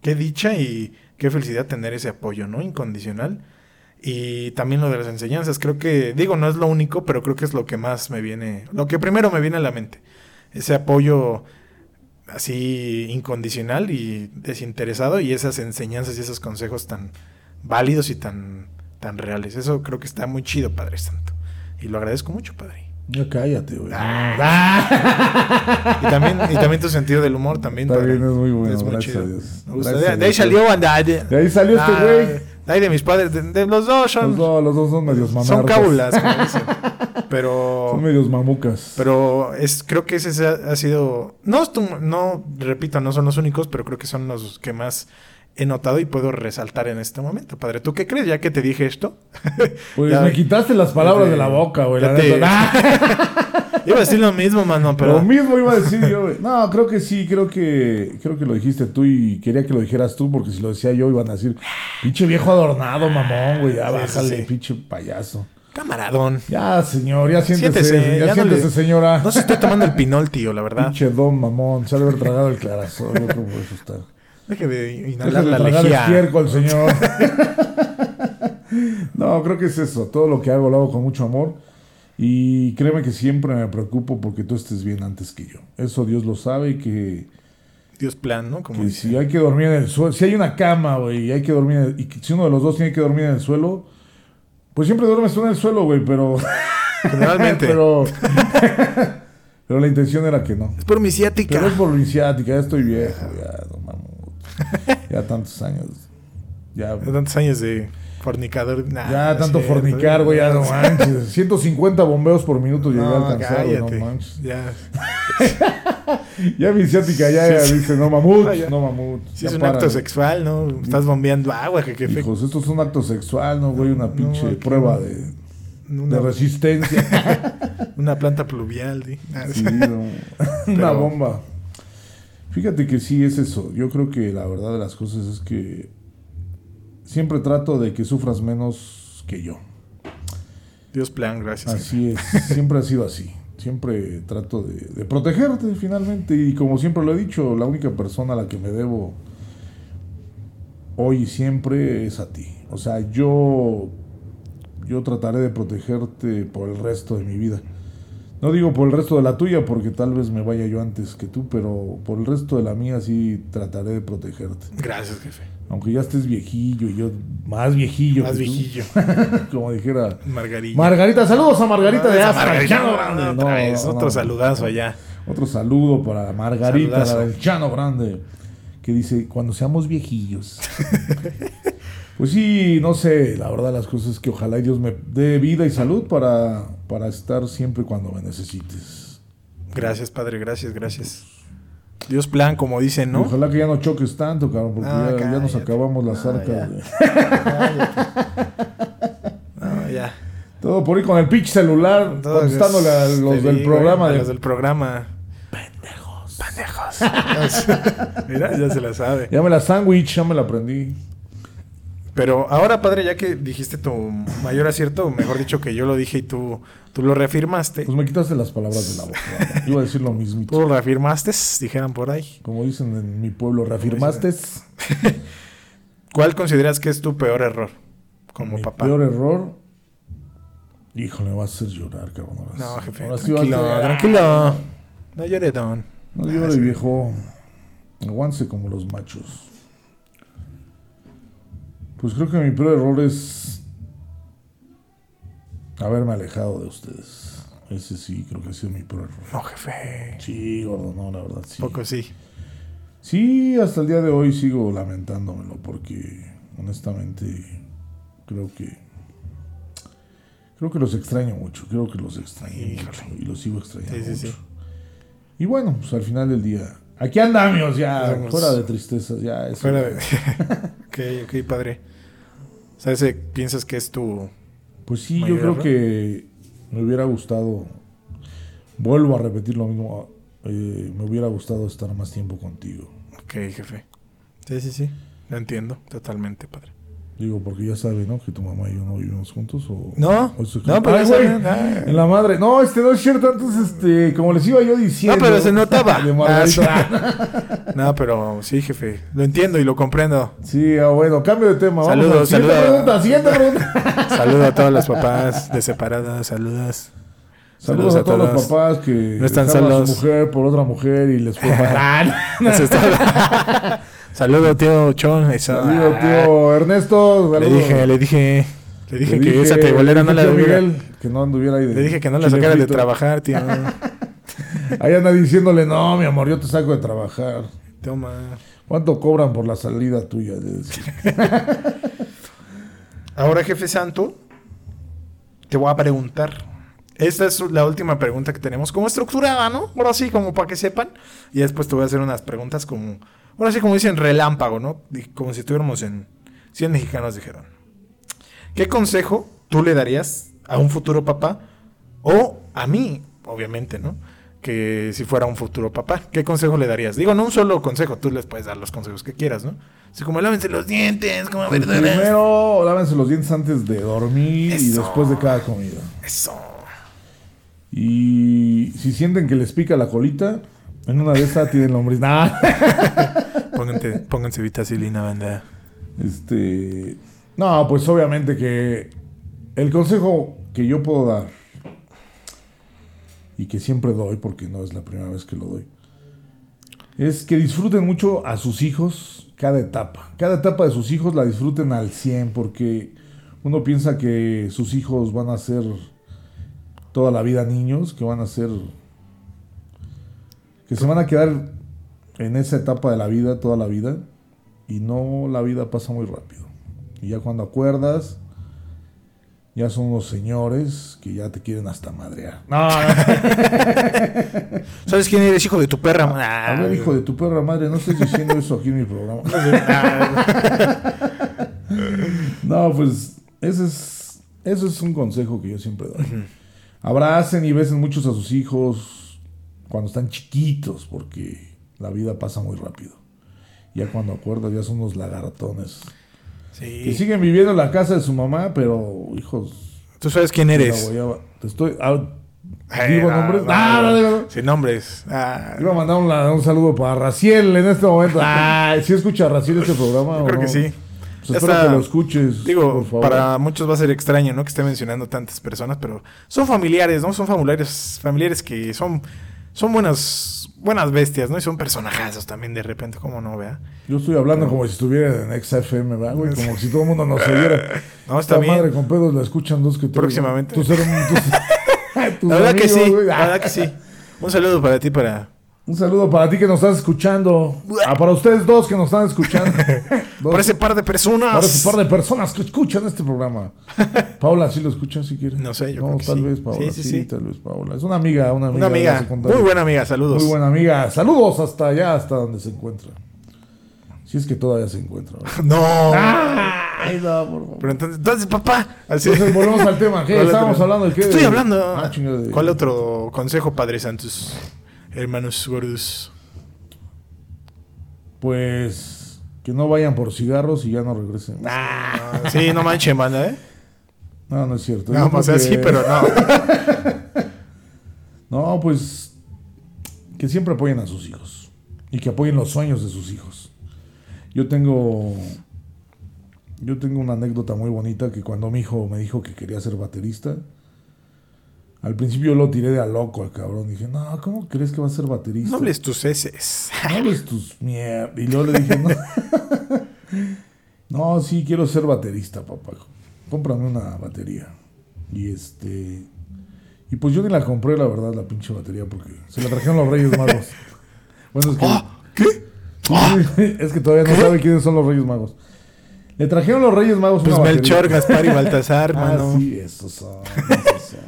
Speaker 1: qué dicha y qué felicidad tener ese apoyo, ¿no? Incondicional. Y también lo de las enseñanzas, creo que, digo, no es lo único, pero creo que es lo que más me viene, lo que primero me viene a la mente. Ese apoyo así incondicional y desinteresado y esas enseñanzas y esos consejos tan válidos y tan, tan reales. Eso creo que está muy chido, Padre Santo. Y lo agradezco mucho, Padre.
Speaker 2: Ya cállate, güey.
Speaker 1: Ah,
Speaker 2: Ah.
Speaker 1: Y también, y también tu sentido del humor también.
Speaker 2: También
Speaker 1: padre.
Speaker 2: es muy bueno,
Speaker 1: Es muy
Speaker 2: gracias
Speaker 1: chido.
Speaker 2: a Dios.
Speaker 1: Me gusta.
Speaker 2: Gracias
Speaker 1: de,
Speaker 2: a
Speaker 1: de ahí
Speaker 2: Dios.
Speaker 1: salió anda. De,
Speaker 2: De ahí salió este
Speaker 1: ah,
Speaker 2: güey.
Speaker 1: de ahí de mis padres. De, de los dos son,
Speaker 2: Los dos, los dos son medios mamarcas.
Speaker 1: son cábulas.
Speaker 2: (laughs)
Speaker 1: como dicen. Pero...
Speaker 2: Son medios mamucas.
Speaker 1: Pero es, creo que ese se ha, ha sido. No, estu- no, repito, no son los únicos, pero creo que son los que más he notado y puedo resaltar en este momento. Padre, ¿tú qué crees? Ya que te dije esto,
Speaker 2: (laughs) pues
Speaker 1: ya-
Speaker 2: me quitaste las palabras
Speaker 1: ya te-
Speaker 2: de la boca, güey.
Speaker 1: ya
Speaker 2: la
Speaker 1: te-
Speaker 2: neta. (laughs) ¡Ah!
Speaker 1: (laughs) iba a decir lo mismo, mano,
Speaker 2: Lo
Speaker 1: pero.
Speaker 2: mismo iba a decir yo, güey. No, creo que sí, creo que creo que lo dijiste tú y quería que lo dijeras tú porque si lo decía yo iban a decir, pinche viejo adornado, mamón, güey, ya
Speaker 1: Sí, sí,
Speaker 2: bájale,
Speaker 1: sí.
Speaker 2: pinche payaso.
Speaker 1: Camaradón.
Speaker 2: Ya, señor, ya siéntese,
Speaker 1: Siéntese,
Speaker 2: ya,
Speaker 1: ya no le-
Speaker 2: siéntese, señora.
Speaker 1: No se está tomando el pinol, tío, la verdad.
Speaker 2: Pinche don mamón, se ha de haber tragado el clarasol, (laughs) güey, cómo puede asustar.
Speaker 1: Deje de inhalar
Speaker 2: Déjale
Speaker 1: la
Speaker 2: tragar
Speaker 1: lejía.
Speaker 2: estiércol, señor. (laughs) no, creo que es eso. Todo lo que hago lo hago con mucho amor. Y créeme que siempre me preocupo porque tú estés bien antes que yo. Eso Dios lo sabe y que,
Speaker 1: Dios plan, ¿no? Como
Speaker 2: que
Speaker 1: dice.
Speaker 2: si hay que dormir en el suelo, si hay una cama, güey, y hay que dormir, en el- y que si uno de los dos tiene que dormir en el suelo, pues siempre duermes tú en el suelo, güey, pero,
Speaker 1: Generalmente.
Speaker 2: (laughs) pero, pero la intención era que no.
Speaker 1: Es por mi ciática.
Speaker 2: Pero es por mi ciática, ya estoy viejo, ya, no mames. Ya tantos años. Ya,
Speaker 1: De Tantos años de fornicador. nah,
Speaker 2: ya
Speaker 1: Ah, no
Speaker 2: tanto
Speaker 1: es cierto.
Speaker 2: fornicar, güey, ya no manches. 150 bombeos por minuto llegué a
Speaker 1: No,
Speaker 2: alcanzar, güey,
Speaker 1: cállate.
Speaker 2: no manches.
Speaker 1: Ya.
Speaker 2: Ya mi ciática ya,
Speaker 1: Sí,
Speaker 2: ya
Speaker 1: sí.
Speaker 2: dice, no mamut,
Speaker 1: Ah, ya.
Speaker 2: no mamut.
Speaker 1: Si
Speaker 2: ya
Speaker 1: es un
Speaker 2: párale.
Speaker 1: acto sexual, ¿no? Estás bombeando agua, que qué fe-
Speaker 2: Hijos, esto es un acto sexual, no, güey, una pinche
Speaker 1: aquí
Speaker 2: prueba
Speaker 1: no.
Speaker 2: de, de
Speaker 1: Una, (laughs)
Speaker 2: resistencia.
Speaker 1: una planta pluvial, di. Ah,
Speaker 2: Sí, no. Una
Speaker 1: Pero-
Speaker 2: bomba. Fíjate que sí es eso. Yo creo que la verdad de las cosas es que siempre trato de que sufras menos que yo.
Speaker 1: Dios plan, gracias.
Speaker 2: Así es, siempre ha sido así. Siempre trato de, de protegerte finalmente y como siempre lo he dicho, la única persona a la que me debo hoy y siempre es a ti. O sea, yo, yo trataré de protegerte por el resto de mi vida. No digo por el resto de la tuya porque tal vez me vaya yo antes que tú, pero por el resto de la mía sí trataré de protegerte.
Speaker 1: Gracias, jefe.
Speaker 2: Aunque ya estés viejillo y yo más viejillo.
Speaker 1: Más
Speaker 2: que tú,
Speaker 1: viejillo.
Speaker 2: (laughs) como dijera
Speaker 1: Margarita.
Speaker 2: Margarita, saludos a Margarita de
Speaker 1: Esa
Speaker 2: Aspa.
Speaker 1: Margarita,
Speaker 2: Chano
Speaker 1: Ah, no,
Speaker 2: Grande.
Speaker 1: otra
Speaker 2: No,
Speaker 1: vez,
Speaker 2: no,
Speaker 1: otro
Speaker 2: no.
Speaker 1: saludazo allá.
Speaker 2: Otro saludo para Margarita,
Speaker 1: Saludazo.
Speaker 2: la del Chano Grande, que dice, cuando seamos
Speaker 1: (laughs)
Speaker 2: viejillos. pues sí, no sé, la verdad las cosas es que ojalá y Dios me dé vida y salud para, para estar siempre cuando me necesites.
Speaker 1: Gracias, padre, gracias, gracias. Dios plan, como dicen, ¿no?
Speaker 2: Ojalá que ya no choques tanto, cabrón, porque
Speaker 1: Ah,
Speaker 2: ya, ya nos
Speaker 1: cállate.
Speaker 2: acabamos las
Speaker 1: Ah, ya.
Speaker 2: arcas. güey.
Speaker 1: No, Ah, ya.
Speaker 2: (laughs) Todo por ir con el pitch celular,
Speaker 1: Todo
Speaker 2: contestándole a
Speaker 1: es-
Speaker 2: los
Speaker 1: te
Speaker 2: del
Speaker 1: digo,
Speaker 2: programa.
Speaker 1: A
Speaker 2: de-
Speaker 1: los del programa. Pendejos. Pendejos. Mira, ya se la sabe.
Speaker 2: (laughs) Ya me la sándwich, ya me la aprendí.
Speaker 1: Pero ahora, padre, ya que dijiste tu mayor acierto, o mejor dicho que yo lo dije y tú, tú lo reafirmaste.
Speaker 2: Pues me quitaste las palabras de la
Speaker 1: (laughs)
Speaker 2: boca. Iba a decir lo mismito.
Speaker 1: Tú lo reafirmaste, dijeran por ahí.
Speaker 2: Como dicen en mi pueblo, reafirmaste
Speaker 1: ¿Cuál consideras que es tu peor error como
Speaker 2: mi
Speaker 1: papá?
Speaker 2: peor error. Híjole, me vas a hacer llorar, cabrón. ahora
Speaker 1: No,
Speaker 2: sí.
Speaker 1: jefe,
Speaker 2: Ahora sí
Speaker 1: tranquilo,
Speaker 2: vas a-
Speaker 1: tranquilo. No llore, don.
Speaker 2: No llore, viejo. Aguance como los machos. Pues creo que mi peor error es haberme alejado de ustedes. Ese sí, creo que ha sido mi peor error.
Speaker 1: No, jefe.
Speaker 2: Sí, gordo, no, la verdad, sí.
Speaker 1: Poco sí.
Speaker 2: Sí, hasta el día de hoy sigo lamentándomelo porque honestamente creo que creo que los extraño mucho, creo que los extraño
Speaker 1: Híjole.
Speaker 2: mucho y los sigo extrañando
Speaker 1: Sí, sí, sí.
Speaker 2: mucho. Y bueno, pues al final del día, aquí andamos ya,
Speaker 1: Vamos.
Speaker 2: fuera de tristezas, ya eso.
Speaker 1: Fuera de... (laughs) ok, ok, padre. O sea, ese piensas que es tu...
Speaker 2: Pues sí, yo
Speaker 1: Mayor
Speaker 2: creo
Speaker 1: error.
Speaker 2: que me hubiera gustado vuelvo a repetir lo mismo, eh, me hubiera gustado estar más tiempo contigo.
Speaker 1: Ok, jefe. Sí, sí, sí. Lo entiendo totalmente, padre.
Speaker 2: Digo, porque ya sabe, ¿no? Que tu mamá y yo no vivimos juntos. O,
Speaker 1: No,
Speaker 2: o eso es
Speaker 1: no,
Speaker 2: como-
Speaker 1: pero
Speaker 2: Ay,
Speaker 1: ya
Speaker 2: güey,
Speaker 1: saben, ah.
Speaker 2: En la madre. No, este no es cierto. Antes, este, como les iba yo
Speaker 1: No,
Speaker 2: diciendo.
Speaker 1: pero se notaba.
Speaker 2: (laughs)
Speaker 1: Ah,
Speaker 2: De Margarita.
Speaker 1: no, pero sí, jefe. Lo entiendo y lo comprendo.
Speaker 2: (laughs) Sí, ah, bueno, cambio de tema. Vamos
Speaker 1: Saludos,
Speaker 2: a la siguiente
Speaker 1: saludos.
Speaker 2: pregunta, siguiente
Speaker 1: (laughs)
Speaker 2: pregunta.
Speaker 1: Saludo a todos los papás de separadas. Saludos.
Speaker 2: Saludos, a todos los papás que no
Speaker 1: están
Speaker 2: a
Speaker 1: solos. Ah,
Speaker 2: su mujer por otra mujer y
Speaker 1: (laughs)
Speaker 2: les fue mal.
Speaker 1: Eso es todo.
Speaker 2: (laughs)
Speaker 1: Saludo, tío Chon. Eso.
Speaker 2: Saludos, tío Ernesto.
Speaker 1: Le
Speaker 2: saludos.
Speaker 1: dije, le dije, le dije que esa
Speaker 2: le
Speaker 1: tebolera no
Speaker 2: dije
Speaker 1: la
Speaker 2: a
Speaker 1: debiera-
Speaker 2: Miguel que no anduviera ahí de
Speaker 1: Le dije que no la
Speaker 2: chile
Speaker 1: sacara de
Speaker 2: frito.
Speaker 1: trabajar,
Speaker 2: (laughs)
Speaker 1: tío.
Speaker 2: Ahí anda diciéndole, no, mi amor, yo te saco de trabajar.
Speaker 1: Toma.
Speaker 2: ¿Cuánto cobran por la salida tuya? Le decía.
Speaker 1: Ahora, jefe santo, te voy a preguntar. Esta es la última pregunta que tenemos como estructurada, ¿no? Ahora sí, como para que sepan. Y después te voy a hacer unas preguntas como... Ahora sí, como dicen, relámpago, ¿no? Y Como si estuviéramos en 100 mexicanos, dijeron. ¿Qué consejo tú le darías a un futuro papá? O a mí, obviamente, ¿no? Que si fuera un futuro papá, ¿qué consejo le darías? Digo, no un solo consejo, tú les puedes dar los consejos que quieras, ¿no? Así como lávense los dientes, como
Speaker 2: Pues
Speaker 1: verduras.
Speaker 2: primero, lávense los dientes antes de dormir y
Speaker 1: Eso.
Speaker 2: después de cada comida.
Speaker 1: Eso.
Speaker 2: Y si sienten que les pica la colita, en una de esas tienen lombriz. (laughs) Nah.
Speaker 1: Pónganse, pónganse vitacilina, banda.
Speaker 2: Este. No, pues obviamente que. El consejo que yo puedo dar. Y que siempre doy, porque no es la primera vez que lo doy. Es que disfruten mucho a sus hijos cada etapa. Cada etapa de sus hijos la disfruten al 100, porque uno piensa que sus hijos van a ser toda la vida niños, que van a ser. que se van a quedar en esa etapa de la vida toda la vida y no la vida pasa muy rápido. Y ya cuando acuerdas, ya son unos señores que ya te quieren hasta madrear. No,
Speaker 1: (laughs) ¿Sabes quién eres, hijo de tu perra? Ah, man?
Speaker 2: a ver, Ah, hijo de tu perra madre, no estés diciendo eso aquí en mi programa. Ah. (laughs) No, pues ese es, ese es un consejo que yo siempre doy. Abracen y besen muchos a sus hijos cuando están chiquitos, porque la vida pasa muy rápido. Ya cuando acuerdas, ya son unos lagartones. Que
Speaker 1: Sí.
Speaker 2: siguen viviendo en la casa de su mamá, pero hijos,
Speaker 1: ¿Tú sabes quién
Speaker 2: La
Speaker 1: eres?
Speaker 2: guayaba. Te estoy. ah,
Speaker 1: Eh,
Speaker 2: ¿Digo
Speaker 1: no,
Speaker 2: nombres?
Speaker 1: no,
Speaker 2: Ah,
Speaker 1: no,
Speaker 2: no, digo-
Speaker 1: Sin nombres. Ah,
Speaker 2: iba a mandar un, la- un saludo para Raciel en
Speaker 1: (laughs)
Speaker 2: este momento. Ah, ¿sí escucha Raciel este programa?
Speaker 1: yo
Speaker 2: o
Speaker 1: creo que
Speaker 2: no?
Speaker 1: sí.
Speaker 2: Pues
Speaker 1: Ya
Speaker 2: espero
Speaker 1: está.
Speaker 2: que lo escuches.
Speaker 1: Digo,
Speaker 2: por favor.
Speaker 1: para muchos va a ser extraño, ¿no? Que esté mencionando tantas personas, pero son familiares, ¿no? Son familiares, familiares que son, son buenas, buenas bestias, ¿no? Y son personajazos también de repente, ¿cómo no, vea?
Speaker 2: Yo estoy hablando como si estuviera en XFM, ¿verdad, güey? Como si todo el
Speaker 1: (laughs)
Speaker 2: mundo nos oyera.
Speaker 1: No, está
Speaker 2: Esta
Speaker 1: bien.
Speaker 2: madre con pedos la escuchan dos que tres.
Speaker 1: Próximamente.
Speaker 2: Tus (laughs)
Speaker 1: (laughs)
Speaker 2: hermanos- tus- tus
Speaker 1: La verdad que
Speaker 2: amigos,
Speaker 1: sí,
Speaker 2: güey.
Speaker 1: la
Speaker 2: Ah.
Speaker 1: verdad que sí. Un saludo para ti, para...
Speaker 2: Un saludo para ti que nos estás escuchando. Ah, para ustedes dos que nos
Speaker 1: (laughs)
Speaker 2: están escuchando. Dos-
Speaker 1: Para ese par de personas.
Speaker 2: Ahora ese par de personas que escuchan
Speaker 1: (laughs)
Speaker 2: este programa. Paula sí lo escucha si quiere.
Speaker 1: No sé, yo
Speaker 2: No,
Speaker 1: creo que
Speaker 2: tal
Speaker 1: sí.
Speaker 2: vez Paola.
Speaker 1: Sí,
Speaker 2: Sí,
Speaker 1: sí, sí.
Speaker 2: tal vez Paola. Es una amiga, una amiga.
Speaker 1: Una
Speaker 2: de la
Speaker 1: amiga,
Speaker 2: secundaria.
Speaker 1: muy buena amiga, saludos.
Speaker 2: Muy buena amiga. Saludos hasta allá, hasta donde se encuentra. Si es que todavía se encuentra. ¿verdad?
Speaker 1: No.
Speaker 2: Ay, no, por favor.
Speaker 1: Pero entonces, entonces, papá. Así.
Speaker 2: Ah. Entonces volvemos al tema.
Speaker 1: (laughs)
Speaker 2: ¿Qué?
Speaker 1: ¿Cuál
Speaker 2: Estábamos
Speaker 1: otro?
Speaker 2: hablando de qué.
Speaker 1: Estoy hablando.
Speaker 2: Ah, chingada, de-
Speaker 1: ¿Cuál otro consejo, Padre Santos? Hermanos gordos.
Speaker 2: Pues que no vayan por cigarros y ya no regresen.
Speaker 1: Ah, sí, no manchen, banda, ¿eh?
Speaker 2: No, no es cierto.
Speaker 1: No, pues,
Speaker 2: Yo
Speaker 1: o sea,
Speaker 2: creo
Speaker 1: sí,
Speaker 2: que-
Speaker 1: pero no.
Speaker 2: (laughs) No, pues que siempre apoyen a sus hijos y que apoyen los sueños de sus hijos. Yo tengo yo tengo una anécdota muy bonita que cuando mi hijo me dijo que quería ser baterista, al principio lo tiré de a loco al cabrón. Dije, no, ¿cómo crees que va a ser baterista?
Speaker 1: No hables tus heces.
Speaker 2: No hables tus mierdas. Y luego le dije, no. (laughs) no, sí, quiero ser baterista, papá. Cómprame una batería. Y este. Y pues yo ni la compré, la verdad, la pinche batería, porque se la trajeron los Reyes Magos. Bueno, es que.
Speaker 1: ¿Qué? Ah,
Speaker 2: (laughs) es que todavía no sabe quiénes son los Reyes Magos. Le trajeron los Reyes Magos
Speaker 1: pues
Speaker 2: una batería.
Speaker 1: Melchor, Gaspar y Baltasar,
Speaker 2: Ah,
Speaker 1: mano.
Speaker 2: sí, esos son, esos son.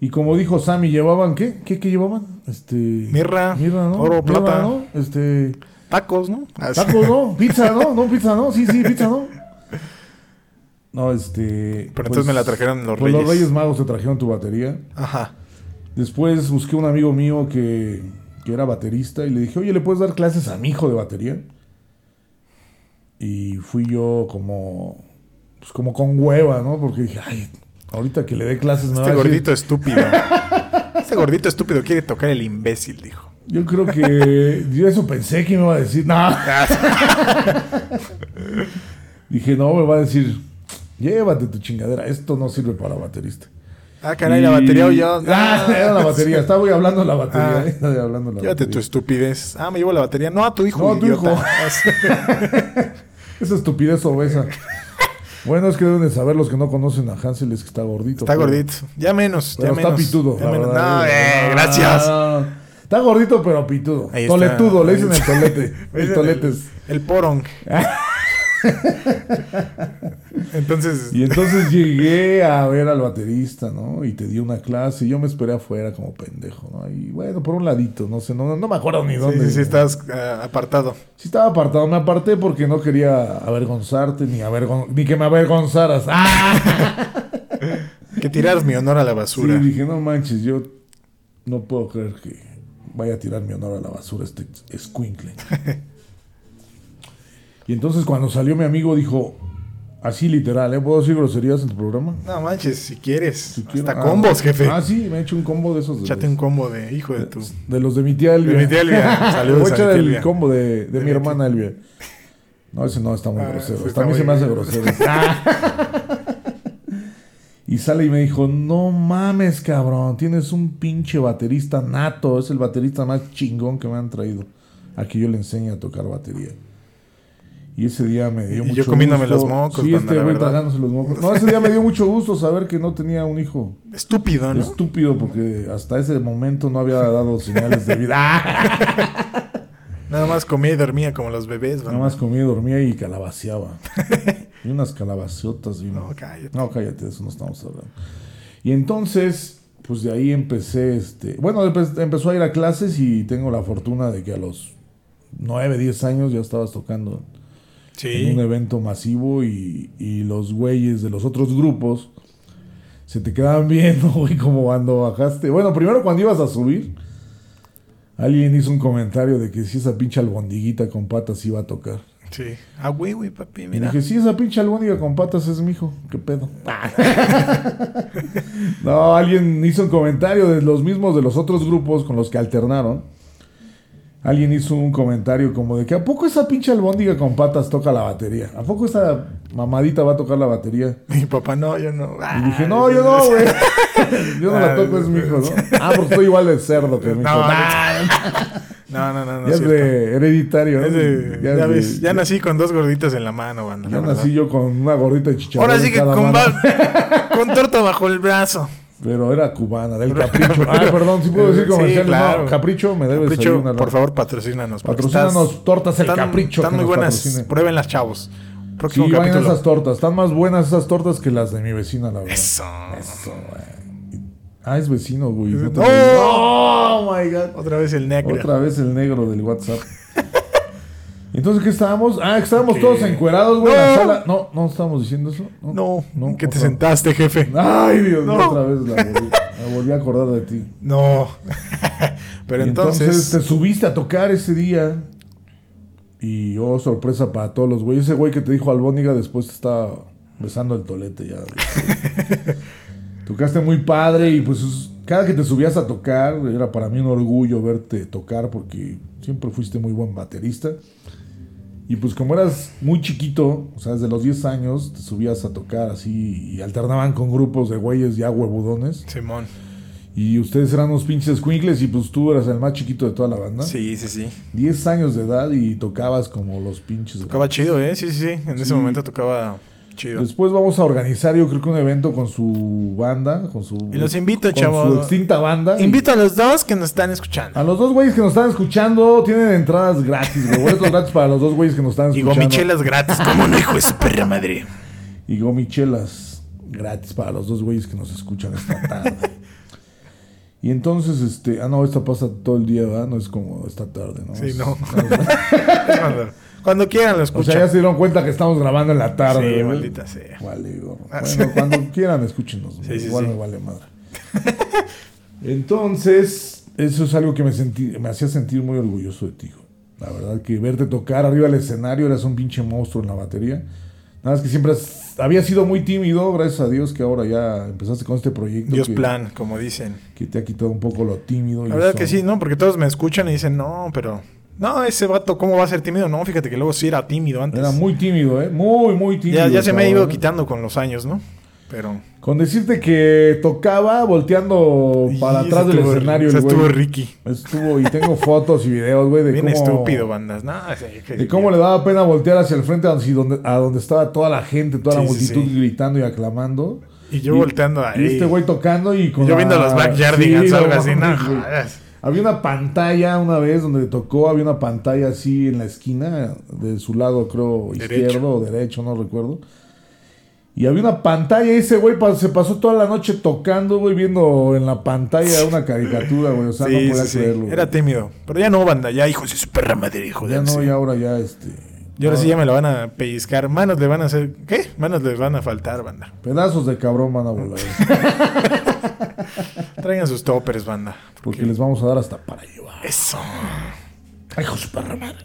Speaker 2: Y como dijo Sammy, ¿llevaban qué? ¿Qué, qué llevaban? Este,
Speaker 1: Mirra,
Speaker 2: mirra, ¿no?
Speaker 1: oro,
Speaker 2: Mirra,
Speaker 1: plata.
Speaker 2: ¿no? Este,
Speaker 1: Tacos, ¿no? Así.
Speaker 2: tacos, ¿no? Pizza, ¿no? No, pizza, ¿no? Sí, sí, pizza, ¿no? No, este...
Speaker 1: Pero entonces me la trajeron los
Speaker 2: pues
Speaker 1: reyes.
Speaker 2: los Reyes Magos te trajeron tu batería.
Speaker 1: Ajá.
Speaker 2: Después busqué un amigo mío que, que era baterista y le dije, oye, ¿le puedes dar clases a mi hijo de batería? Y fui yo como, pues como con hueva, ¿no? Porque dije, ay, ahorita que le dé clases me va
Speaker 1: Este
Speaker 2: a decir-
Speaker 1: gordito estúpido. Este gordito estúpido quiere tocar el imbécil, dijo.
Speaker 2: Yo
Speaker 1: (laughs)
Speaker 2: creo que yo eso pensé que me iba a decir, no. Dije, no, me va a decir, llévate tu chingadera, esto no sirve para baterista.
Speaker 1: Ah, caray,
Speaker 2: Y-
Speaker 1: la batería o yo.
Speaker 2: (laughs) Ah, era la batería, estaba yo hablando de la batería. eh,
Speaker 1: Ah.
Speaker 2: estaba yo hablando de la
Speaker 1: Llévate tu
Speaker 2: batería.
Speaker 1: estupidez. Ah, me llevo la batería. No, a tu hijo,
Speaker 2: No, a tu
Speaker 1: idiota. (laughs)
Speaker 2: hijo. Esa estupidez obesa. bueno, es que deben de saber los que no conocen a Hansel es que está gordito.
Speaker 1: está
Speaker 2: pero-
Speaker 1: gordito. Ya menos,
Speaker 2: Pero
Speaker 1: ya
Speaker 2: está
Speaker 1: menos.
Speaker 2: pitudo.
Speaker 1: ya
Speaker 2: la
Speaker 1: menos.
Speaker 2: verdad.
Speaker 1: No, eh,
Speaker 2: Ah,
Speaker 1: gracias.
Speaker 2: no, no. Está gordito, pero pitudo.
Speaker 1: Ahí está.
Speaker 2: Toletudo, le dicen el tolete.
Speaker 1: Ese
Speaker 2: el
Speaker 1: es
Speaker 2: toletes.
Speaker 1: El, el
Speaker 2: (laughs)
Speaker 1: porong. Entonces,
Speaker 2: Y entonces llegué a ver al baterista, ¿no? Y te di una clase y yo me esperé afuera como pendejo, ¿no? Y bueno, por un ladito, no sé, no, no me acuerdo ni
Speaker 1: sí,
Speaker 2: dónde.
Speaker 1: sí, sí, estás ah, apartado.
Speaker 2: Sí estaba apartado, me aparté porque no quería avergonzarte ni, avergon- ni que me avergonzaras. ¡Ah!
Speaker 1: Que tirar mi honor a la
Speaker 2: Sí,
Speaker 1: basura.
Speaker 2: dije, no manches, yo no puedo creer que vaya a tirar mi honor a la basura este escuincle. y entonces cuando salió mi amigo dijo, así literal, ¿eh? ¿Puedo decir groserías en tu programa?
Speaker 1: No manches, si quieres.
Speaker 2: Si quiero-
Speaker 1: Hasta
Speaker 2: ah, pues.
Speaker 1: combos, jefe.
Speaker 2: Ah, sí, me he hecho un combo de esos. De,
Speaker 1: Échate un combo de hijo de tu.
Speaker 2: los, de los de mi tía Elvia.
Speaker 1: De mi tía Elvia. (laughs) Saludos
Speaker 2: (laughs) Voy a
Speaker 1: a
Speaker 2: echar
Speaker 1: mi tía
Speaker 2: el
Speaker 1: Elvia.
Speaker 2: combo de, de mi
Speaker 1: mi
Speaker 2: hermana Elvia. No, ese no está muy
Speaker 1: Ah,
Speaker 2: grosero.
Speaker 1: sí,
Speaker 2: Hasta
Speaker 1: está
Speaker 2: a mí
Speaker 1: muy-
Speaker 2: se me hace
Speaker 1: (laughs)
Speaker 2: grosero. y sale y me dijo, no mames, cabrón. Tienes un pinche baterista nato. Es el baterista más chingón que me han traído. Aquí yo le enseño a tocar batería. Y ese día me dio
Speaker 1: Y
Speaker 2: mucho
Speaker 1: yo comiéndome
Speaker 2: gusto.
Speaker 1: los mocos,
Speaker 2: Sí,
Speaker 1: banda,
Speaker 2: este
Speaker 1: la
Speaker 2: güey
Speaker 1: verdad.
Speaker 2: tragándose los mocos. No, ese día me dio mucho gusto saber que no tenía un hijo.
Speaker 1: Estúpido, ¿no?
Speaker 2: Estúpido, porque hasta ese momento no había dado señales de vida. ¡Ah!
Speaker 1: Nada más comía y dormía como los bebés,
Speaker 2: Pues, Nada
Speaker 1: ¿no?
Speaker 2: más comía, dormía
Speaker 1: (laughs)
Speaker 2: y calabaceaba. Y unas calabaciotas y
Speaker 1: No,
Speaker 2: No,
Speaker 1: cállate.
Speaker 2: no, cállate, de eso no estamos hablando. Y entonces, pues de ahí empecé, este... Bueno, empe- empezó a ir a clases y tengo la fortuna de que a los 9, 10 años ya estabas tocando en
Speaker 1: Sí.
Speaker 2: un evento masivo y, y los güeyes de los otros grupos se te quedaban viendo, (laughs) güey, como cuando bajaste. Bueno, primero cuando ibas a subir, alguien hizo un comentario de que si esa pinche albondiguita con patas iba a tocar.
Speaker 1: Sí. Ah, güey, güey, papi,
Speaker 2: Y
Speaker 1: mira.
Speaker 2: dije, si esa pinche albóndiga con patas es mi hijo, qué pedo. (laughs) no, alguien hizo un comentario de los mismos de los otros grupos con los que alternaron. Alguien hizo un comentario como de que ¿a poco esa pinche albóndiga con patas toca la batería? ¿A poco esa mamadita va a tocar la batería?
Speaker 1: Mi papá, no, yo no.
Speaker 2: Y dije, no, yo no, güey. (laughs) Yo no la toco, es mi hijo, ¿no? Ah, porque estoy igual de cerdo que mi hijo.
Speaker 1: No, no.
Speaker 2: Ah,
Speaker 1: (laughs) No, no, no, no.
Speaker 2: ya
Speaker 1: es
Speaker 2: es
Speaker 1: cierto.
Speaker 2: de hereditario, ¿no?
Speaker 1: Es de- ya,
Speaker 2: es de-
Speaker 1: ves, ya nací con dos gorditas en la mano, banda. la
Speaker 2: ya
Speaker 1: verdad.
Speaker 2: nací yo con una gordita de chicharrón.
Speaker 1: Ahora
Speaker 2: en
Speaker 1: sí que
Speaker 2: cada
Speaker 1: con,
Speaker 2: mano.
Speaker 1: ba- con torta bajo el
Speaker 2: (laughs)
Speaker 1: brazo.
Speaker 2: Pero era cubana, del capricho. (laughs) Ah, perdón, si puedo decir
Speaker 1: Sí,
Speaker 2: comercial.
Speaker 1: claro.
Speaker 2: No, capricho me debe
Speaker 1: Capricho,
Speaker 2: salir una
Speaker 1: por
Speaker 2: lana.
Speaker 1: favor, patrocínanos. porque
Speaker 2: Patrocínanos
Speaker 1: estás-
Speaker 2: tortas el
Speaker 1: están-
Speaker 2: capricho.
Speaker 1: Están
Speaker 2: que
Speaker 1: muy
Speaker 2: nos
Speaker 1: buenas.
Speaker 2: patrocine.
Speaker 1: Pruébenlas, chavos. Próximo
Speaker 2: Sí, vayan
Speaker 1: capítulo.
Speaker 2: esas tortas. Están más buenas esas tortas que las de mi vecina, la verdad.
Speaker 1: Eso.
Speaker 2: Eso, güey. Ah, es vecino, güey. No te-
Speaker 1: ¡No!
Speaker 2: ¡Oh, my God!
Speaker 1: Otra vez el negro.
Speaker 2: Otra vez el negro del WhatsApp. (laughs) Entonces, ¿qué estábamos? Ah, que estábamos todos
Speaker 1: Que-
Speaker 2: encuerados, güey, en
Speaker 1: No.
Speaker 2: la sala. No, no estábamos diciendo eso.
Speaker 1: No, no que te
Speaker 2: otra-
Speaker 1: sentaste, jefe.
Speaker 2: Ay, Dios mío,
Speaker 1: No.
Speaker 2: otra vez la volví, me volví a acordar de ti.
Speaker 1: No. (laughs) Pero
Speaker 2: Y entonces,
Speaker 1: entonces,
Speaker 2: te subiste a tocar ese día. Y oh, sorpresa para todos los güeyes. Ese güey que te dijo albóniga después te estaba besando el
Speaker 1: (laughs)
Speaker 2: tolete ya. Tocaste muy padre y pues es- cada que te subías a tocar era para mí un orgullo verte tocar porque siempre fuiste muy buen baterista. Y pues como eras muy chiquito, o sea, desde los 10 años te subías a tocar así y alternaban con grupos de güeyes ya huevudones.
Speaker 1: Simón.
Speaker 2: Y ustedes eran unos pinches squinkles y pues tú eras el más chiquito de toda la banda.
Speaker 1: Sí, sí, sí.
Speaker 2: 10 años de edad y tocabas como los pinches.
Speaker 1: Tocaba chido, ¿eh? Sí, sí, sí. En ese momento tocaba chido.
Speaker 2: Después vamos a organizar yo creo que un evento con su banda, con su...
Speaker 1: Y los invito,
Speaker 2: con
Speaker 1: chavos.
Speaker 2: su extinta banda.
Speaker 1: Invito a los dos que nos están
Speaker 2: A
Speaker 1: escuchando.
Speaker 2: los dos güeyes que nos están escuchando tienen entradas gratis, güey.
Speaker 1: (laughs)
Speaker 2: Boletos gratis para los dos güeyes que nos están
Speaker 1: Digo,
Speaker 2: escuchando.
Speaker 1: michelas
Speaker 2: (laughs)
Speaker 1: gratis. ¿Cómo no, hijo de su perra madre?
Speaker 2: y gomichelas gratis para los dos güeyes que nos escuchan esta tarde.
Speaker 1: (laughs)
Speaker 2: y entonces, este, ah, no, esta pasa todo el día, ¿verdad? No es como esta tarde, ¿no?
Speaker 1: Sí, (laughs)
Speaker 2: Es-
Speaker 1: no. Cuando- Cuando quieran lo
Speaker 2: O sea, Pues ya
Speaker 1: escuchan.
Speaker 2: se dieron cuenta que estamos grabando en la tarde.
Speaker 1: Sí,
Speaker 2: ¿verdad?
Speaker 1: maldita sea.
Speaker 2: Vale, gorro.
Speaker 1: Ah,
Speaker 2: Bueno,
Speaker 1: sí.
Speaker 2: cuando quieran, escúchenos.
Speaker 1: Sí, sí,
Speaker 2: Igual
Speaker 1: sí.
Speaker 2: me vale madre. Entonces, eso es algo que me, sentí, me hacía sentir muy orgulloso de ti. hijo. La verdad que verte tocar arriba del escenario eras un pinche monstruo en la batería. Nada más que siempre has- había sido muy tímido, gracias a Dios que ahora ya empezaste con este proyecto
Speaker 1: Dios
Speaker 2: que,
Speaker 1: plan, como dicen.
Speaker 2: que te ha quitado un poco lo tímido. y
Speaker 1: La verdad
Speaker 2: eso.
Speaker 1: que sí, ¿no? Porque todos me escuchan y dicen, no, pero... No, ese vato, ¿cómo va a ser tímido? No, fíjate que luego sí era tímido antes.
Speaker 2: Era muy tímido, ¿eh? Muy, muy tímido.
Speaker 1: pues ya, ya se me ha ido
Speaker 2: cabrón.
Speaker 1: quitando con los años, ¿no? Pero...
Speaker 2: Con decirte que tocaba volteando para
Speaker 1: Y
Speaker 2: atrás
Speaker 1: se
Speaker 2: del
Speaker 1: estuvo-
Speaker 2: escenario.
Speaker 1: se
Speaker 2: el güey.
Speaker 1: estuvo Ricky.
Speaker 2: Estuvo, y tengo fotos y videos, güey, de
Speaker 1: Bien
Speaker 2: cómo...
Speaker 1: estúpido, bandas. Nah, sí, que-
Speaker 2: De cómo le daba pena voltear hacia el frente así donde- a donde estaba toda la gente, toda la
Speaker 1: Sí, sí,
Speaker 2: multitud
Speaker 1: sí.
Speaker 2: gritando y aclamando.
Speaker 1: Y yo
Speaker 2: Y-
Speaker 1: volteando ahí.
Speaker 2: Y este güey tocando y con
Speaker 1: Yo viendo
Speaker 2: la-
Speaker 1: los backyardigans
Speaker 2: Sí,
Speaker 1: o algo
Speaker 2: no
Speaker 1: así. No,
Speaker 2: mames, güey.
Speaker 1: jodas.
Speaker 2: Había una pantalla una vez donde tocó, había una pantalla así en la esquina, de su lado creo
Speaker 1: Derecho.
Speaker 2: izquierdo o derecho, no recuerdo. Y había una pantalla y ese güey pa- se pasó toda la noche tocando, güey, viendo en la pantalla una caricatura, güey. O sea,
Speaker 1: Sí,
Speaker 2: no podía
Speaker 1: sí, sí.
Speaker 2: creerlo. güey.
Speaker 1: Era tímido. Pero ya no, banda. Ya, hijos de su perra madre, hijo de
Speaker 2: ya no,
Speaker 1: sí.
Speaker 2: y ahora ya este...
Speaker 1: Y ahora sí
Speaker 2: ahora
Speaker 1: ya me la van a pellizcar. Manos le van a hacer... ¿Qué? Manos les van a faltar, banda.
Speaker 2: Pedazos de cabrón van
Speaker 1: (laughs)
Speaker 2: a volar.
Speaker 1: Traigan sus toppers, banda.
Speaker 2: Porque les vamos a dar hasta para llevar.
Speaker 1: Eso.
Speaker 2: Ay, hijo de su perra madre.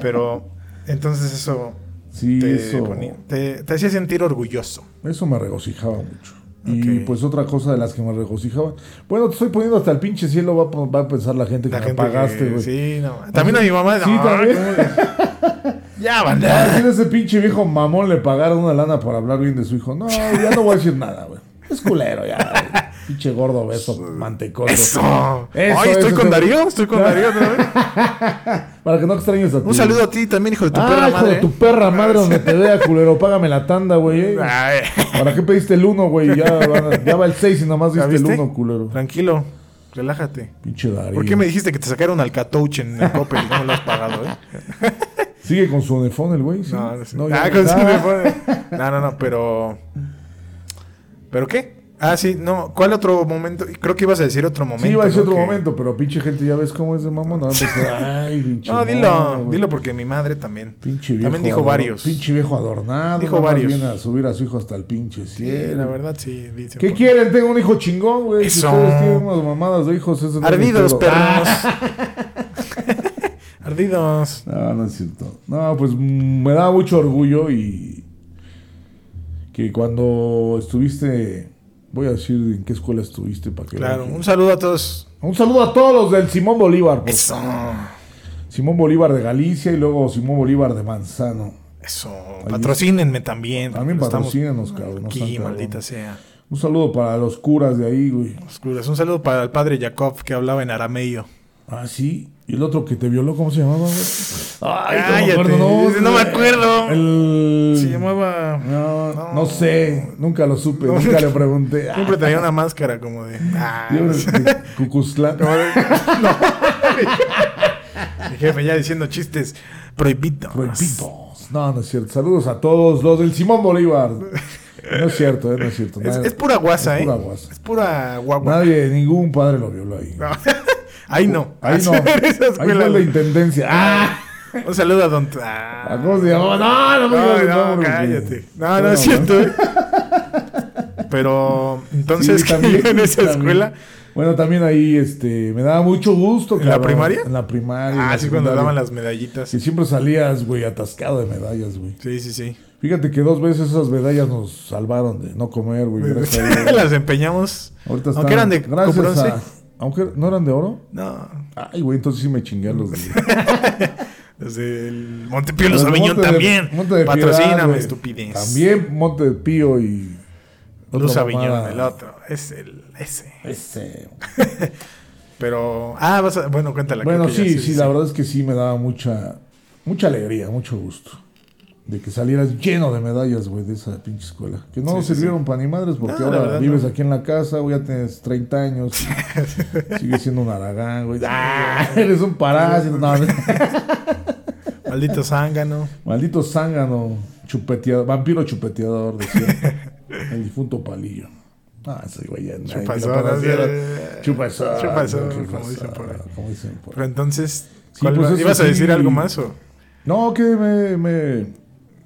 Speaker 1: Pero entonces eso...
Speaker 2: Sí,
Speaker 1: Te,
Speaker 2: eso.
Speaker 1: ponía- te, te hacía sentir orgulloso.
Speaker 2: Eso me regocijaba mucho. Y
Speaker 1: Ok.
Speaker 2: pues otra cosa de las que me regocijaba. Bueno, te estoy poniendo hasta el pinche cielo, va a, po- va a pensar la gente que
Speaker 1: La
Speaker 2: me
Speaker 1: gente
Speaker 2: pagaste,
Speaker 1: que-
Speaker 2: güey.
Speaker 1: Sí, no. También a mi mamá.
Speaker 2: Sí,
Speaker 1: no,
Speaker 2: también.
Speaker 1: ¿cómo le- Ya, banda.
Speaker 2: Imagina ese pinche viejo mamón le pagaron una lana por hablar bien de su hijo. No, ya no voy a decir nada, güey. Es culero ya. güey. pinche gordo beso, mantecoso.
Speaker 1: Eso.
Speaker 2: Eso,
Speaker 1: Ay, estoy
Speaker 2: eso,
Speaker 1: con
Speaker 2: eso.
Speaker 1: Darío, estoy con Darío. otra vez.
Speaker 2: Para que no extrañes a tu
Speaker 1: Un saludo a ti también, hijo de tu
Speaker 2: ah,
Speaker 1: perra
Speaker 2: hijo
Speaker 1: madre.
Speaker 2: de tu perra madre donde te vea, culero. Págame la tanda, güey. eh.
Speaker 1: Ay,
Speaker 2: ¿Para qué pediste el uno, güey? Ya, van a- ya va el 6 y nomás
Speaker 1: ¿ya
Speaker 2: diste el
Speaker 1: viste?
Speaker 2: 1, culero.
Speaker 1: Tranquilo, relájate.
Speaker 2: Pinche Darío.
Speaker 1: ¿Por qué me dijiste que te sacaron al catouche en el Coppel y no me lo has pagado, eh?
Speaker 2: Sigue con su onefón el güey, ¿sí?
Speaker 1: No, no sé.
Speaker 2: ya
Speaker 1: Ah,
Speaker 2: (laughs) no.
Speaker 1: con su
Speaker 2: Ah,
Speaker 1: teléfono. No, no, no, pero. ¿Pero qué? Ah, sí, no. ¿Cuál otro momento? Creo que ibas a decir otro momento.
Speaker 2: Sí, iba a decir
Speaker 1: ¿no?
Speaker 2: otro
Speaker 1: Que-
Speaker 2: momento, pero pinche gente, ya ves cómo es de mamón. No,
Speaker 1: (laughs)
Speaker 2: Ay, pinche
Speaker 1: No,
Speaker 2: mamón,
Speaker 1: dilo,
Speaker 2: güey.
Speaker 1: dilo porque mi madre también.
Speaker 2: Pinche viejo
Speaker 1: también dijo
Speaker 2: ador-
Speaker 1: varios.
Speaker 2: Pinche viejo adornado.
Speaker 1: Dijo
Speaker 2: nada más
Speaker 1: varios.
Speaker 2: Viene a subir a su hijo hasta el pinche
Speaker 1: Sí, la
Speaker 2: cielo.
Speaker 1: verdad, sí. dice,
Speaker 2: ¿Qué
Speaker 1: por-
Speaker 2: quieren? Tengo un hijo chingón, güey. Si
Speaker 1: Eso.
Speaker 2: ustedes tienen unas mamadas de hijos, eso no es mi
Speaker 1: Ardidos,
Speaker 2: pedo.
Speaker 1: perros.
Speaker 2: Ah.
Speaker 1: (laughs)
Speaker 2: (laughs)
Speaker 1: Ardidos.
Speaker 2: No, no es cierto. No, pues mm, me da mucho orgullo y que cuando estuviste, voy a decir en qué escuela estuviste para que
Speaker 1: Claro,
Speaker 2: vean
Speaker 1: un
Speaker 2: que-
Speaker 1: saludo a todos.
Speaker 2: Un saludo a todos los del Simón Bolívar. pues.
Speaker 1: Eso.
Speaker 2: Simón Bolívar de Galicia y luego Simón Bolívar de Manzano.
Speaker 1: Eso. Patrocínenme también.
Speaker 2: También
Speaker 1: porque estamos
Speaker 2: patrocínanos, cabrón. no sean
Speaker 1: Aquí,
Speaker 2: cabrón.
Speaker 1: maldita sea.
Speaker 2: Un saludo para los curas de ahí, güey.
Speaker 1: Oscuras. Un saludo para el padre Jacob que hablaba en arameo.
Speaker 2: Ah, sí. Y el otro que te violó, ¿cómo se llamaba, güey? Ay,
Speaker 1: Cállate. Dice, "No me
Speaker 2: güey".
Speaker 1: acuerdo.
Speaker 2: El...
Speaker 1: Se llamaba.
Speaker 2: No,
Speaker 1: No.
Speaker 2: no sé, nunca lo supe, nunca
Speaker 1: (laughs)
Speaker 2: le pregunté. Ah,
Speaker 1: Siempre traía una máscara como de. Ah, (laughs)
Speaker 2: Yo, de Cucuzlán.
Speaker 1: como de- no. Mi jefe ya diciendo chistes prohibidos.
Speaker 2: Prohibidos. No, no es cierto. Saludos a todos los del Simón Bolívar. No es cierto, eh, no es cierto.
Speaker 1: Es,
Speaker 2: Nadie-
Speaker 1: es pura guasa,
Speaker 2: es
Speaker 1: ¿eh?
Speaker 2: pura guasa.
Speaker 1: Es pura guagua.
Speaker 2: Nadie, ningún padre lo violó ahí.
Speaker 1: No. (laughs) Ahí no.
Speaker 2: Ahí
Speaker 1: (laughs) Esa
Speaker 2: no. Ahí
Speaker 1: escuela
Speaker 2: fue la
Speaker 1: no.
Speaker 2: intendencia. ¡Ah!
Speaker 1: Un saludo a Don.
Speaker 2: ¿A
Speaker 1: Ah.
Speaker 2: ¿Cómo se llamaba? No, no me
Speaker 1: No,
Speaker 2: digas el
Speaker 1: no,
Speaker 2: nombre,
Speaker 1: cállate.
Speaker 2: güey.
Speaker 1: No, no es cierto, ¿eh? Pero entonces,
Speaker 2: Sí,
Speaker 1: ¿qué
Speaker 2: también,
Speaker 1: en esa
Speaker 2: también.
Speaker 1: escuela?
Speaker 2: Bueno, también ahí este, me daba mucho gusto.
Speaker 1: ¿En la primaria?
Speaker 2: En la primaria. en
Speaker 1: Ah,
Speaker 2: la
Speaker 1: sí, cuando
Speaker 2: secundaria.
Speaker 1: daban las medallitas.
Speaker 2: Que siempre salías, güey, atascado de medallas, güey.
Speaker 1: Sí, sí, sí.
Speaker 2: Fíjate que dos veces esas medallas nos salvaron de no comer, güey. gracias
Speaker 1: (laughs)
Speaker 2: a Dios.
Speaker 1: las empeñamos.
Speaker 2: Ahorita
Speaker 1: Aunque
Speaker 2: están-
Speaker 1: eran de
Speaker 2: gracias
Speaker 1: bronce.
Speaker 2: a- aunque no eran de oro.
Speaker 1: No,
Speaker 2: Ay, güey, entonces sí me chingué a los de-
Speaker 1: desde el Montepío Los
Speaker 2: Los de
Speaker 1: Aviñón
Speaker 2: Monte de-
Speaker 1: también.
Speaker 2: Monte de Piedad,
Speaker 1: Patrocíname,
Speaker 2: güey.
Speaker 1: estupidez.
Speaker 2: También Monte de Pío y.
Speaker 1: Los
Speaker 2: otra
Speaker 1: Aviñón,
Speaker 2: mamada.
Speaker 1: el otro. Es el ese.
Speaker 2: Ese.
Speaker 1: Pero. Ah, vas a. Bueno, cuéntala. creo
Speaker 2: Bueno,
Speaker 1: que ya,
Speaker 2: sí, sí, la verdad es que sí me daba mucha, mucha alegría, mucho gusto. De que salieras lleno de medallas, güey, de esa pinche escuela. Que no
Speaker 1: Sí, sí,
Speaker 2: sirvieron para ni madres
Speaker 1: No,
Speaker 2: porque
Speaker 1: la
Speaker 2: ahora
Speaker 1: verdad,
Speaker 2: vives
Speaker 1: no.
Speaker 2: aquí en la casa, güey, ya tienes 30 años.
Speaker 1: (laughs)
Speaker 2: sigues siendo un aragán, güey. ¡Ah! Eres un parásito. No,
Speaker 1: Maldito zángano.
Speaker 2: maldito zángano, chupeteador, vampiro
Speaker 1: (laughs)
Speaker 2: chupeteador, decía. El difunto palillo. Ah, ese güey ya nadie lo
Speaker 1: Chupazón,
Speaker 2: conocía.
Speaker 1: así-
Speaker 2: Chupazón,
Speaker 1: Chupazón,
Speaker 2: chupazón,
Speaker 1: como dicen por ahí.
Speaker 2: como dicen por ahí.
Speaker 1: Pero entonces.
Speaker 2: Sí,
Speaker 1: ¿cuál
Speaker 2: pues
Speaker 1: va-
Speaker 2: eso
Speaker 1: ¿Ibas a
Speaker 2: sí.
Speaker 1: decir algo más o
Speaker 2: No, que me, me...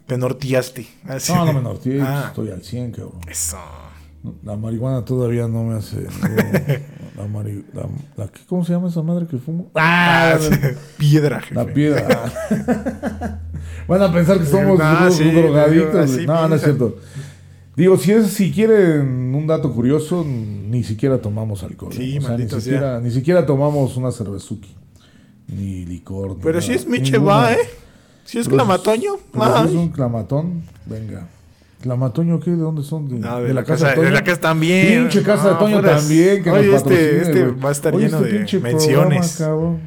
Speaker 1: te norteaste? Ah, sí.
Speaker 2: No, no me pues, norteé,
Speaker 1: Ah,
Speaker 2: estoy al 100, cabrón.
Speaker 1: eso. (laughs)
Speaker 2: La marihuana todavía no me hace... no, La, mari- la- la- ¿qué- ¿Cómo se llama esa madre que fumo?
Speaker 1: Ah, sí. (laughs) piedra, jefe.
Speaker 2: La piedra. (laughs) Van a pensar que somos
Speaker 1: Nah,
Speaker 2: unos
Speaker 1: Ah, sí,
Speaker 2: drogadictos.
Speaker 1: digo,
Speaker 2: güey.
Speaker 1: así
Speaker 2: no, no es
Speaker 1: piensan.
Speaker 2: cierto. Digo, si es, si quieren un dato curioso, ni siquiera tomamos alcohol. ¿eh?
Speaker 1: Sí,
Speaker 2: o sea, ni
Speaker 1: maldito sea.
Speaker 2: siquiera, ni siquiera tomamos una cervezuki. Ni licor. ni
Speaker 1: Pero
Speaker 2: nada.
Speaker 1: si es Miche
Speaker 2: Ninguna.
Speaker 1: va, ¿eh? Si es
Speaker 2: Pero
Speaker 1: clamatoño,
Speaker 2: Pero si
Speaker 1: va.
Speaker 2: es un clamatón, venga. ¿Clamatoño qué? ¿De dónde son? ¿De,
Speaker 1: No, Ah, de, la casa, de
Speaker 2: Toño?
Speaker 1: la casa también.
Speaker 2: Pinche casa de
Speaker 1: No,
Speaker 2: Toño
Speaker 1: fueras-
Speaker 2: también. Que nos
Speaker 1: Ah, Oye, este,
Speaker 2: patrocine,
Speaker 1: este
Speaker 2: güey.
Speaker 1: va a estar
Speaker 2: Oye,
Speaker 1: lleno
Speaker 2: este
Speaker 1: de
Speaker 2: pinche
Speaker 1: menciones.
Speaker 2: programa, cabrón.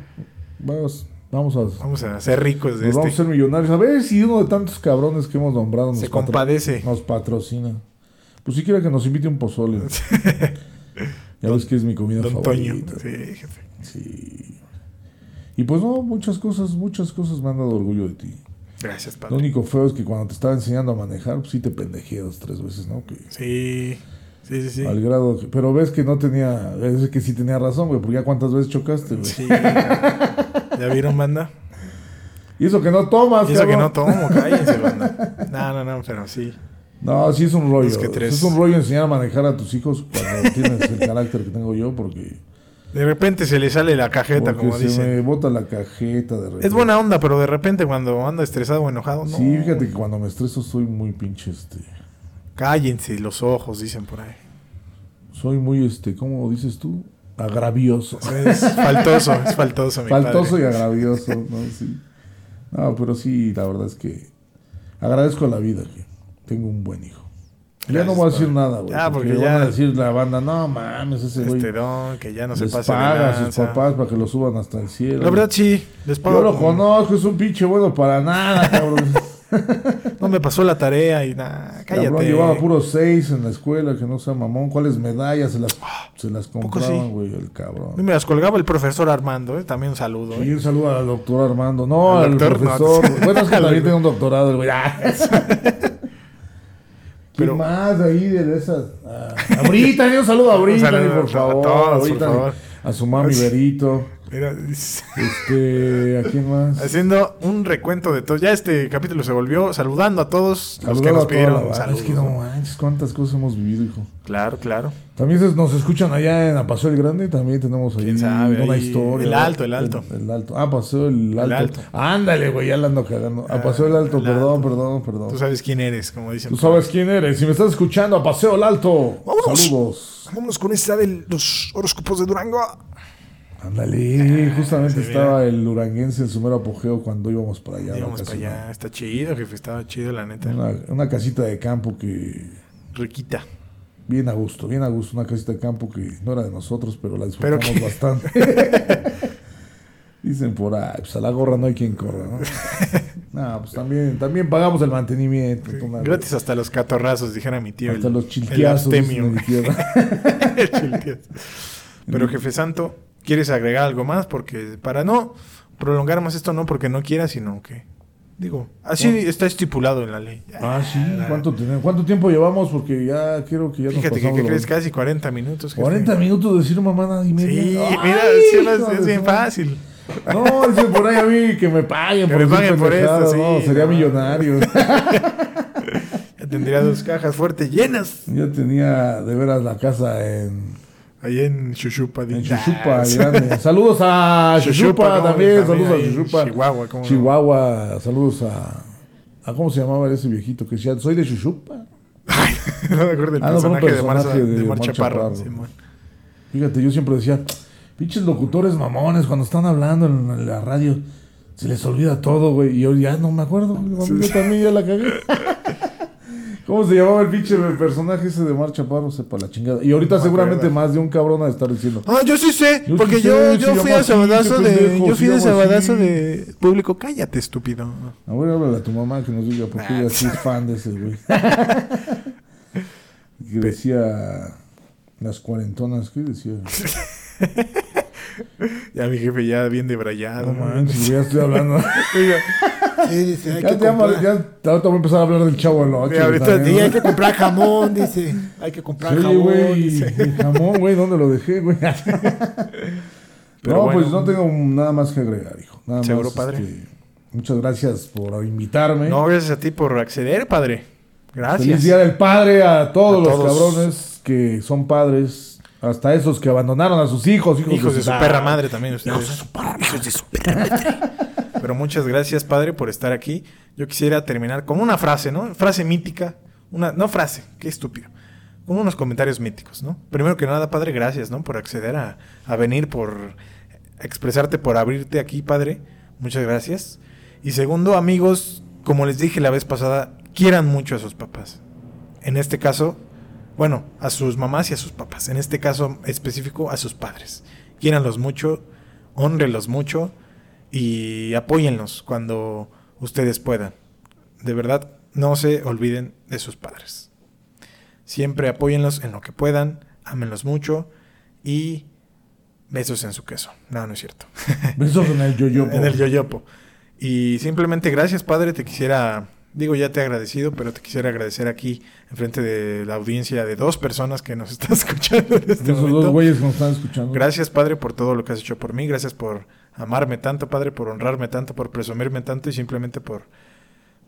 Speaker 2: vamos, vamos a. nos
Speaker 1: Vamos a ser ricos de
Speaker 2: vamos a
Speaker 1: este.
Speaker 2: ser millonarios. A ver si uno de tantos cabrones que hemos nombrado nos,
Speaker 1: Se
Speaker 2: patro-
Speaker 1: compadece.
Speaker 2: nos patrocina. Pues siquiera que nos invite un
Speaker 1: (laughs)
Speaker 2: pozole. ya ves que es mi comida
Speaker 1: Don
Speaker 2: favorita.
Speaker 1: Toño. Sí, jefe.
Speaker 2: Sí. Y pues no, muchas cosas, muchas cosas me han dado orgullo de ti.
Speaker 1: Gracias,
Speaker 2: Lo
Speaker 1: padre.
Speaker 2: único feo es que cuando te estaba enseñando a manejar, pues sí te pendejé dos, tres veces, ¿no? Que,
Speaker 1: Sí, sí, sí. sí.
Speaker 2: Al grado que- pero ves que no tenía, es que sí tenía razón, güey, porque ya cuántas veces chocaste, güey.
Speaker 1: Sí, ¿Ya ¿Ya vieron,
Speaker 2: (laughs)
Speaker 1: banda?
Speaker 2: Y eso que no tomas,
Speaker 1: Y eso que
Speaker 2: cabrón.
Speaker 1: no tomo, cállense, banda. No, no, no, pero sí.
Speaker 2: No, sí es un rollo.
Speaker 1: Es que
Speaker 2: sí
Speaker 1: tres.
Speaker 2: Es un rollo enseñar a manejar a tus hijos
Speaker 1: (laughs)
Speaker 2: cuando tienes el carácter que tengo yo, porque,
Speaker 1: De repente se le sale la cajeta,
Speaker 2: porque
Speaker 1: como
Speaker 2: se
Speaker 1: dicen.
Speaker 2: me bota la cajeta de repente.
Speaker 1: Es buena onda, pero de repente cuando anda estresado o enojado, no.
Speaker 2: Sí, fíjate que cuando me estreso soy muy pinche, este,
Speaker 1: Cállense los ojos, dicen por ahí.
Speaker 2: soy muy, este, ¿cómo dices tú? Agravioso. (laughs)
Speaker 1: Es faltoso, es faltoso, mi
Speaker 2: Faltoso
Speaker 1: padre.
Speaker 2: y agravioso, ¿no? Sí. No, pero sí, la verdad es que agradezco a la vida que tengo un buen hijo. ya
Speaker 1: Gracias,
Speaker 2: no voy a
Speaker 1: padre.
Speaker 2: decir nada, güey.
Speaker 1: Ah, porque
Speaker 2: van
Speaker 1: ya-
Speaker 2: a decir la banda, no mames, ese güey.
Speaker 1: Este don, que ya no se
Speaker 2: les
Speaker 1: pasa
Speaker 2: paga
Speaker 1: de
Speaker 2: a sus
Speaker 1: lanza.
Speaker 2: papás para que lo suban hasta el cielo.
Speaker 1: La verdad, sí. Les pago
Speaker 2: Yo lo
Speaker 1: como-
Speaker 2: conozco, es un pinche bueno para nada,
Speaker 1: (laughs)
Speaker 2: cabrón.
Speaker 1: No me pasó la tarea y nada. Cállate.
Speaker 2: cabrón llevaba puros seis en la escuela, que no sea mamón. ¿Cuáles medallas se las, se las
Speaker 1: poco
Speaker 2: compraban,
Speaker 1: sí?
Speaker 2: güey, el
Speaker 1: Y
Speaker 2: cabrón?
Speaker 1: me las colgaba el profesor Armando, ¿eh? también un saludo.
Speaker 2: Y
Speaker 1: ¿eh?
Speaker 2: un saludo al doctor Armando. No,
Speaker 1: Al
Speaker 2: al
Speaker 1: doctor, no.
Speaker 2: profesor. Bueno, es
Speaker 1: (laughs)
Speaker 2: que
Speaker 1: Al-
Speaker 2: también tiene un doctorado, el güey.
Speaker 1: (laughs)
Speaker 2: Pero
Speaker 1: Pero-
Speaker 2: más de ahí de esas? Ah, a Brittany,
Speaker 1: (laughs)
Speaker 2: un saludo a Brittany,
Speaker 1: saludo
Speaker 2: por
Speaker 1: a
Speaker 2: favor.
Speaker 1: todos,
Speaker 2: a
Speaker 1: por
Speaker 2: Brittany,
Speaker 1: favor.
Speaker 2: A su mami Berito.
Speaker 1: Mira,
Speaker 2: Este, ¿a quién más?
Speaker 1: haciendo un recuento de todo. Ya este capítulo se volvió saludando a todos los
Speaker 2: Saludaba
Speaker 1: que nos
Speaker 2: a toda la
Speaker 1: pidieron
Speaker 2: banda.
Speaker 1: saludos.
Speaker 2: Es que no manches, cuántas cosas hemos vivido, hijo.
Speaker 1: Claro, claro.
Speaker 2: También se- nos escuchan allá en Paseo el Grande, también tenemos ahí
Speaker 1: ¿Quién sabe?
Speaker 2: una
Speaker 1: Ahí,
Speaker 2: historia.
Speaker 1: el Alto, el Alto.
Speaker 2: El, el alto. Ah, Paseo el Alto.
Speaker 1: Alto. Ah,
Speaker 2: Ándale, güey, ya la ando cagando. A Paseo el Alto,
Speaker 1: el
Speaker 2: perdón,
Speaker 1: Alto.
Speaker 2: perdón, perdón.
Speaker 1: Tú sabes quién eres, como dicen.
Speaker 2: Tú sabes quién eres. Si me estás escuchando, a Paseo el Alto.
Speaker 1: Vámonos.
Speaker 2: Saludos.
Speaker 1: Vámonos con esta de los horóscopos de Durango.
Speaker 2: Ándale, justamente
Speaker 1: sí,
Speaker 2: estaba el uranguense en su mero apogeo cuando íbamos para allá.
Speaker 1: Íbamos para
Speaker 2: vacacionar.
Speaker 1: allá. Está chido, jefe. Estaba chido, la neta.
Speaker 2: Una, una casita de campo que.
Speaker 1: Riquita.
Speaker 2: Bien a gusto, bien a gusto. Una casita de campo que no era de nosotros, pero la
Speaker 1: Pero
Speaker 2: disfrutamos bastante.
Speaker 1: (laughs)
Speaker 2: Dicen por ahí, pues a la gorra no hay quien corra,
Speaker 1: (laughs)
Speaker 2: ¿no? no, pues también, también pagamos el mantenimiento. toma,
Speaker 1: Gratis hasta los catorrazos, dijera mi tío.
Speaker 2: Hasta
Speaker 1: el-
Speaker 2: los
Speaker 1: el
Speaker 2: chilqueazos. dicen
Speaker 1: abstemio.
Speaker 2: en mi tierra.
Speaker 1: (laughs) El chilqueazo. Pero jefe santo, ¿quieres agregar algo más? Porque para no prolongar más esto, no porque no quiera, sino que... Digo, así está estipulado en la ley.
Speaker 2: ah, sí. ¿Cuánto, tenemos? ¿Cuánto tiempo llevamos? Porque ya quiero que ya nos
Speaker 1: Fíjate que,
Speaker 2: pasamos
Speaker 1: ¿qué
Speaker 2: la-
Speaker 1: crees? Casi 40 minutos. jefe.
Speaker 2: 40 minutos de decir mamada y media.
Speaker 1: Sí,
Speaker 2: Ay,
Speaker 1: mira, sí, no,
Speaker 2: hijo
Speaker 1: es, es
Speaker 2: de
Speaker 1: bien
Speaker 2: su-
Speaker 1: fácil.
Speaker 2: No, dicen por ahí a mí que me paguen
Speaker 1: Que
Speaker 2: por
Speaker 1: me
Speaker 2: decir
Speaker 1: paguen por esto,
Speaker 2: pendejadas, No,
Speaker 1: sí,
Speaker 2: sería
Speaker 1: no. (laughs)
Speaker 2: millonario.
Speaker 1: Ya tendría dos cajas fuertes llenas.
Speaker 2: Yo tenía de veras la casa en,
Speaker 1: Ahí en Chuchupa.
Speaker 2: en
Speaker 1: dice.
Speaker 2: Chuchupa,
Speaker 1: (laughs)
Speaker 2: grande. Saludos a Chuchupa
Speaker 1: Chuchupa, ¿no?
Speaker 2: también,
Speaker 1: También
Speaker 2: saludos a
Speaker 1: ahí en
Speaker 2: Chuchupa.
Speaker 1: Chihuahua, ¿cómo no?
Speaker 2: Chihuahua, saludos a, a. ¿Cómo se llamaba ese viejito que decía? Soy de Chuchupa.
Speaker 1: Ay, no me acuerdo del
Speaker 2: Ah, no, fue un
Speaker 1: personaje, de Marza-
Speaker 2: personaje
Speaker 1: de
Speaker 2: de
Speaker 1: Mar
Speaker 2: Mar
Speaker 1: Chaparro.
Speaker 2: Chaparro.
Speaker 1: Simón.
Speaker 2: Fíjate, yo siempre decía, pinches locutores mamones, cuando están hablando en la radio, se les olvida todo, güey. Y yo ya no me acuerdo, güey, yo también ya la cagué. ¿Cómo se llamaba el pinche personaje ese de Mar Chaparro? Sepa la chingada. Y ahorita
Speaker 1: No me
Speaker 2: seguramente
Speaker 1: acuerdo.
Speaker 2: más de un cabrón a estar diciendo.
Speaker 1: Ah, yo sí sé,
Speaker 2: Yo
Speaker 1: porque
Speaker 2: sí
Speaker 1: yo,
Speaker 2: sé,
Speaker 1: yo
Speaker 2: se
Speaker 1: fui
Speaker 2: llama
Speaker 1: a
Speaker 2: así,
Speaker 1: sabadazo
Speaker 2: qué
Speaker 1: de.
Speaker 2: pendejo,
Speaker 1: Yo
Speaker 2: se
Speaker 1: fui de
Speaker 2: llama
Speaker 1: sabadazo
Speaker 2: así.
Speaker 1: de público. Cállate, estúpido.
Speaker 2: A ver, háblale a tu mamá que nos diga, porque ella sí es fan de ese güey. que decía las cuarentonas, ¿qué decía?
Speaker 1: Ya mi jefe ya bien debrayado.
Speaker 2: Ah, No manches, ya estoy hablando. (laughs)
Speaker 1: Oiga, sí, dice, hay
Speaker 2: ya
Speaker 3: que
Speaker 2: te amo,
Speaker 3: comprar.
Speaker 2: ya ahorita voy a empezar a hablar del chavo del Ocho,
Speaker 1: Mira, ahorita
Speaker 2: también,
Speaker 3: Sí,
Speaker 2: ¿no?
Speaker 3: hay que comprar jamón, dice.
Speaker 2: (laughs)
Speaker 3: Hay que comprar
Speaker 2: Sí,
Speaker 3: jamón.
Speaker 2: güey. (laughs)
Speaker 3: dice.
Speaker 2: el Jamón, güey, ¿dónde lo dejé, güey?
Speaker 1: Pero
Speaker 2: no,
Speaker 1: bueno.
Speaker 2: pues no tengo nada más que agregar, hijo. Nada más,
Speaker 1: Seguro, padre.
Speaker 2: este, muchas gracias por invitarme.
Speaker 1: No, gracias a ti por acceder, padre.
Speaker 2: Feliz
Speaker 1: Gracias.
Speaker 2: Día del Padre a todos
Speaker 1: A
Speaker 2: los
Speaker 1: todos.
Speaker 2: cabrones que son padres. Hasta esos que abandonaron a sus hijos, hijos,
Speaker 1: Hijos de su
Speaker 2: ta-
Speaker 1: perra madre también ustedes.
Speaker 3: Hijos de su-
Speaker 1: Pero muchas gracias, padre, por estar aquí. Yo quisiera terminar con una frase, ¿no? Frase mítica. Una, no frase, qué estúpido. Con unos comentarios míticos, ¿no? Primero que nada, padre, gracias, ¿no? Por acceder a, a venir, por expresarte, por abrirte aquí, padre. Muchas gracias. Y segundo, amigos, como les dije la vez pasada, quieran mucho a sus papás. En este caso, bueno, a sus mamás y a sus papás. En este caso específico, a sus padres. Quiéranlos mucho, honrenlos mucho y apóyenlos cuando ustedes puedan. De verdad, no se olviden de sus padres. Siempre apóyenlos en lo que puedan, ámenlos mucho y besos en su queso. No, no es cierto.
Speaker 2: Besos en el
Speaker 1: (laughs)
Speaker 2: yoyopo.
Speaker 1: En el yoyopo. Y simplemente gracias, padre. Te quisiera, digo, ya te he agradecido, pero te quisiera agradecer aquí, enfrente de la audiencia de dos personas que nos (laughs) están escuchando en este
Speaker 2: Esos dos
Speaker 1: momento.
Speaker 2: güeyes que nos están escuchando.
Speaker 1: Gracias, padre, por todo lo que has hecho por mí. Gracias por amarme tanto, padre, por honrarme tanto, por presumirme tanto y simplemente por,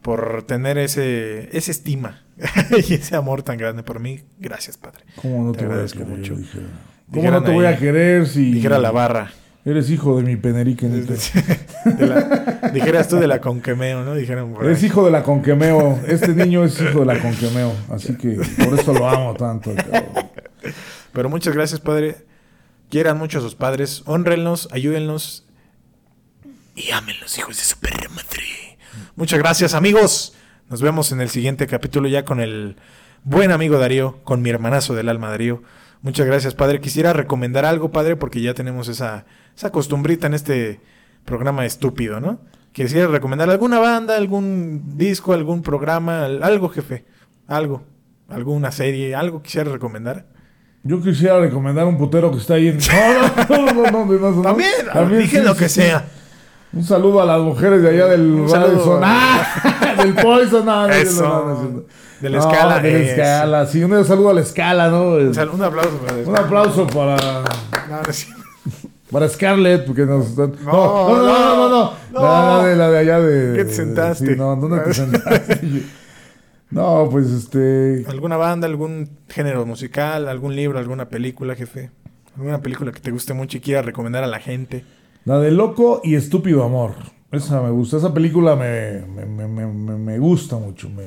Speaker 1: por tener ese, esa estima (laughs) y ese amor tan grande por mí. Gracias, padre.
Speaker 2: ¿Cómo no
Speaker 1: Te
Speaker 2: te, voy a
Speaker 1: agradezco
Speaker 2: querer?
Speaker 1: mucho.
Speaker 2: Dije. ¿Cómo
Speaker 1: Dijeran
Speaker 2: no te voy
Speaker 1: ahí-
Speaker 2: a querer si
Speaker 1: Dijera la barra.
Speaker 2: eres hijo de mi penerique? neta?
Speaker 1: (laughs) De la- dijeras tú de la conquemeo, ¿no? Dijeron por ahí.
Speaker 2: Eres hijo de la conquemeo. Este niño es hijo de la conquemeo. Así que por eso lo amo tanto. cabrón.
Speaker 1: Pero muchas gracias, padre. Quieran mucho a sus padres, honrenlos, ayúdenlos y amen los hijos de su perra madre. Muchas gracias, amigos. Nos vemos en el siguiente capítulo ya con el buen amigo Darío, con mi hermanazo del alma Darío. Muchas gracias, padre. Quisiera recomendar algo, padre, porque ya tenemos esa, esa costumbrita en este programa estúpido, ¿no? Quisiera recomendar alguna banda, algún disco, algún programa, al- algo, jefe. Algo. Alguna serie, algo quisiera recomendar.
Speaker 2: Yo quisiera recomendar un putero que está ahí en. (laughs) No, no, no, no, no, no, no, no.
Speaker 1: También, dije
Speaker 2: sí,
Speaker 1: lo
Speaker 2: sí,
Speaker 1: que
Speaker 2: sí.
Speaker 1: sea.
Speaker 2: Un saludo a las mujeres de allá del
Speaker 1: Un saludo.
Speaker 2: Radisson. ¡Ah! (laughs) Del Poison. No, no,
Speaker 1: Eso.
Speaker 2: no, no, no, no, no.
Speaker 1: De la
Speaker 2: No,
Speaker 1: escala,
Speaker 2: De la
Speaker 1: eso.
Speaker 2: escala. Sí, un saludo a la escala, ¿no?
Speaker 1: O sea, un aplauso para
Speaker 2: Un aplauso para,
Speaker 1: No, no es cierto.
Speaker 2: para Scarlett, porque nos. No, no,
Speaker 1: No,
Speaker 2: no, no, no. no,
Speaker 1: no.
Speaker 2: La, de, la de allá de.
Speaker 1: ¿Qué te sentaste?
Speaker 2: Sí, no, ¿dónde
Speaker 1: (laughs)
Speaker 2: te sentaste? no, pues este.
Speaker 1: ¿Alguna banda, algún género musical, algún libro, alguna película, jefe? ¿Alguna película que te guste mucho y quiera recomendar a la gente?
Speaker 2: La de Loco y Estúpido Amor. Esa me gusta. Esa película me, me, me, me- me- me gusta mucho. Me,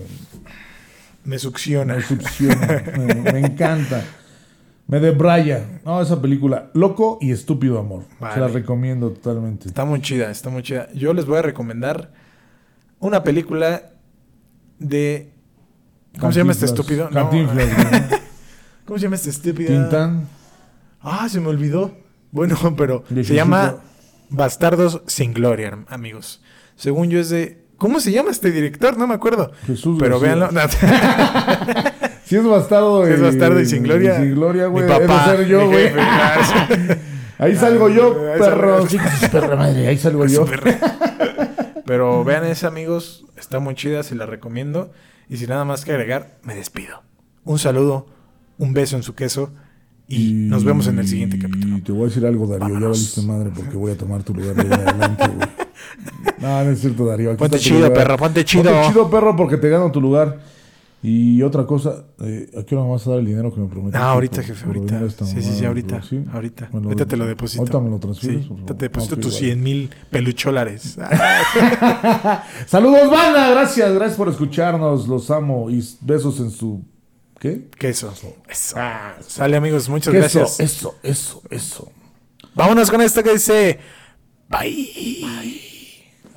Speaker 1: Me succiona.
Speaker 2: me succiona. me, me encanta. Me debraya. No, esa película. Loco y Estúpido Amor.
Speaker 1: Vale.
Speaker 2: Se la recomiendo totalmente.
Speaker 1: Está muy chida, está muy chida. Yo les voy a recomendar una película de... ¿Cómo se llama este
Speaker 2: Cantinflas.
Speaker 1: estúpido? No, eh.
Speaker 2: Cantinflas. ¿no?
Speaker 1: (laughs) ¿Cómo se llama este estúpido?
Speaker 2: Tintán.
Speaker 1: Ah, se me olvidó. Bueno, (laughs) pero se
Speaker 2: De Chichito.
Speaker 1: llama Bastardos sin Gloria, herm- amigos. Según yo es de... ¿Cómo se llama este director? No me acuerdo.
Speaker 2: Jesús
Speaker 1: Pero
Speaker 2: García.
Speaker 1: véanlo. (laughs) No,
Speaker 2: Si es bastardo.
Speaker 1: Si es
Speaker 2: eh,
Speaker 1: bastardo y sin gloria.
Speaker 2: Sin gloria,
Speaker 1: Mi
Speaker 2: güey.
Speaker 1: papá,
Speaker 2: Debe ser yo,
Speaker 1: mi
Speaker 2: güey.
Speaker 1: jefe, (laughs) ah,
Speaker 2: (laughs)
Speaker 1: claro.
Speaker 2: Ahí salgo yo,
Speaker 1: Ahí
Speaker 2: perro.
Speaker 1: salgo yo.
Speaker 2: Sí, perra madre. Ahí salgo yo.
Speaker 1: Pero vean esa, amigos. Está muy chida, se la recomiendo. Y sin nada más que agregar, me despido. Un saludo, un beso en su queso. Y nos vemos en el siguiente capítulo.
Speaker 2: Y te voy a decir algo, Darío. Ya
Speaker 1: Vámonos.
Speaker 2: valiste madre porque voy a tomar tu lugar de ahí en adelante,
Speaker 1: (laughs)
Speaker 2: güey. No, no es cierto, Darío. Aquí
Speaker 1: Ponte
Speaker 2: está tu
Speaker 1: chido,
Speaker 2: lugar.
Speaker 1: perro, ponte chido.
Speaker 2: Ponte chido, perro, porque te gano tu lugar. Y otra cosa, eh, ¿a qué hora me vas a dar el dinero que me prometiste?
Speaker 1: Ah, ahorita,
Speaker 2: por-
Speaker 1: jefe,
Speaker 2: por venir a
Speaker 1: ahorita.
Speaker 2: esta
Speaker 1: Sí, sí,
Speaker 2: mamada,
Speaker 1: sí, ahorita.
Speaker 2: güey? pues, ¿Sí?
Speaker 1: Ahorita.
Speaker 2: Bueno,
Speaker 1: ahorita te lo deposito.
Speaker 2: Ahorita me lo transfieres.
Speaker 1: Sí,
Speaker 2: por
Speaker 1: Ahorita
Speaker 2: favor?
Speaker 1: te deposito
Speaker 2: Ok,
Speaker 1: tus
Speaker 2: vale.
Speaker 1: 100 mil
Speaker 2: (laughs)
Speaker 1: pelucholares. Ah,
Speaker 2: Saludos, banda. Gracias, gracias por escucharnos. Los amo. Y besos en su. ¿Qué?
Speaker 1: queso. Eso. Sale, amigos. Muchas
Speaker 2: Eso,
Speaker 1: gracias.
Speaker 2: eso, eso, eso.
Speaker 1: Vámonos con esto que dice. Bye.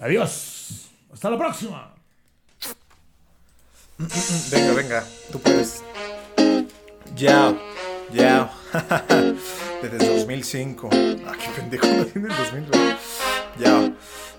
Speaker 2: Adiós. Hasta la próxima.
Speaker 1: Venga, venga, tú puedes. Yao, yao. (laughs) Desde 2005. Ah, qué pendejo, no tiene el 2000. ¿verdad? Yao.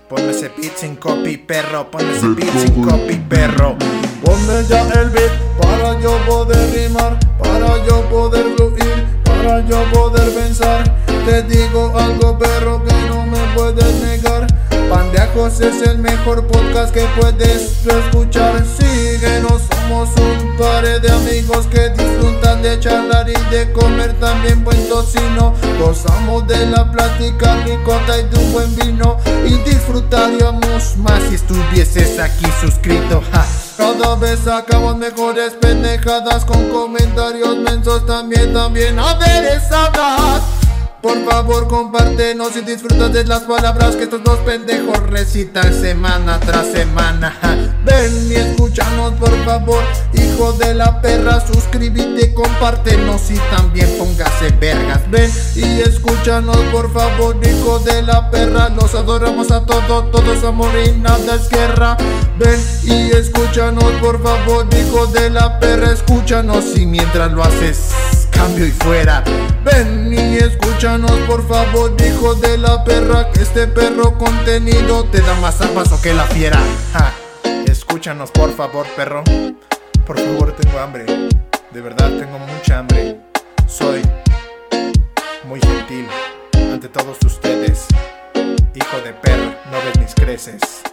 Speaker 1: Ponme ese beat sin copy, perro. Ponme ese beat sin copy, perro.
Speaker 4: Ponme ya el beat para yo poder rimar, para yo poder fluir, para yo poder pensar. Te digo algo, perro, que no me puedes negar. Pandeajos es el mejor podcast que puedes tú escuchar. Síguenos, somos un par de amigos que disfrutan de charlar y de comer también buen tocino. Gozamos de la plática ricota y de un buen vino. Y disfrutaríamos más si estuvieses aquí suscrito. ja. Cada vez sacamos mejores pendejadas con comentarios mensos también, también aderezadas. Por favor, compártenos y disfruta de las palabras que estos dos pendejos recitan semana tras semana. Ja, Ven y escúchanos, por favor, hijo de la perra, suscríbete, compártenos y también póngase vergas. Ven y escúchanos, por favor, hijo de la perra, los adoramos a todos, todos amor y nada es guerra. Ven y escúchanos, por favor, hijo de la perra, escúchanos y mientras lo haces cambio y fuera. Ven y escúchanos, por favor, hijo de la perra, que este perro contenido te da más o que la fiera. Ja.
Speaker 1: Escúchanos, por favor, perro. Por favor, tengo hambre. De verdad, tengo mucha hambre. Soy muy gentil ante todos ustedes. Hijo de perro, no ves mis creces.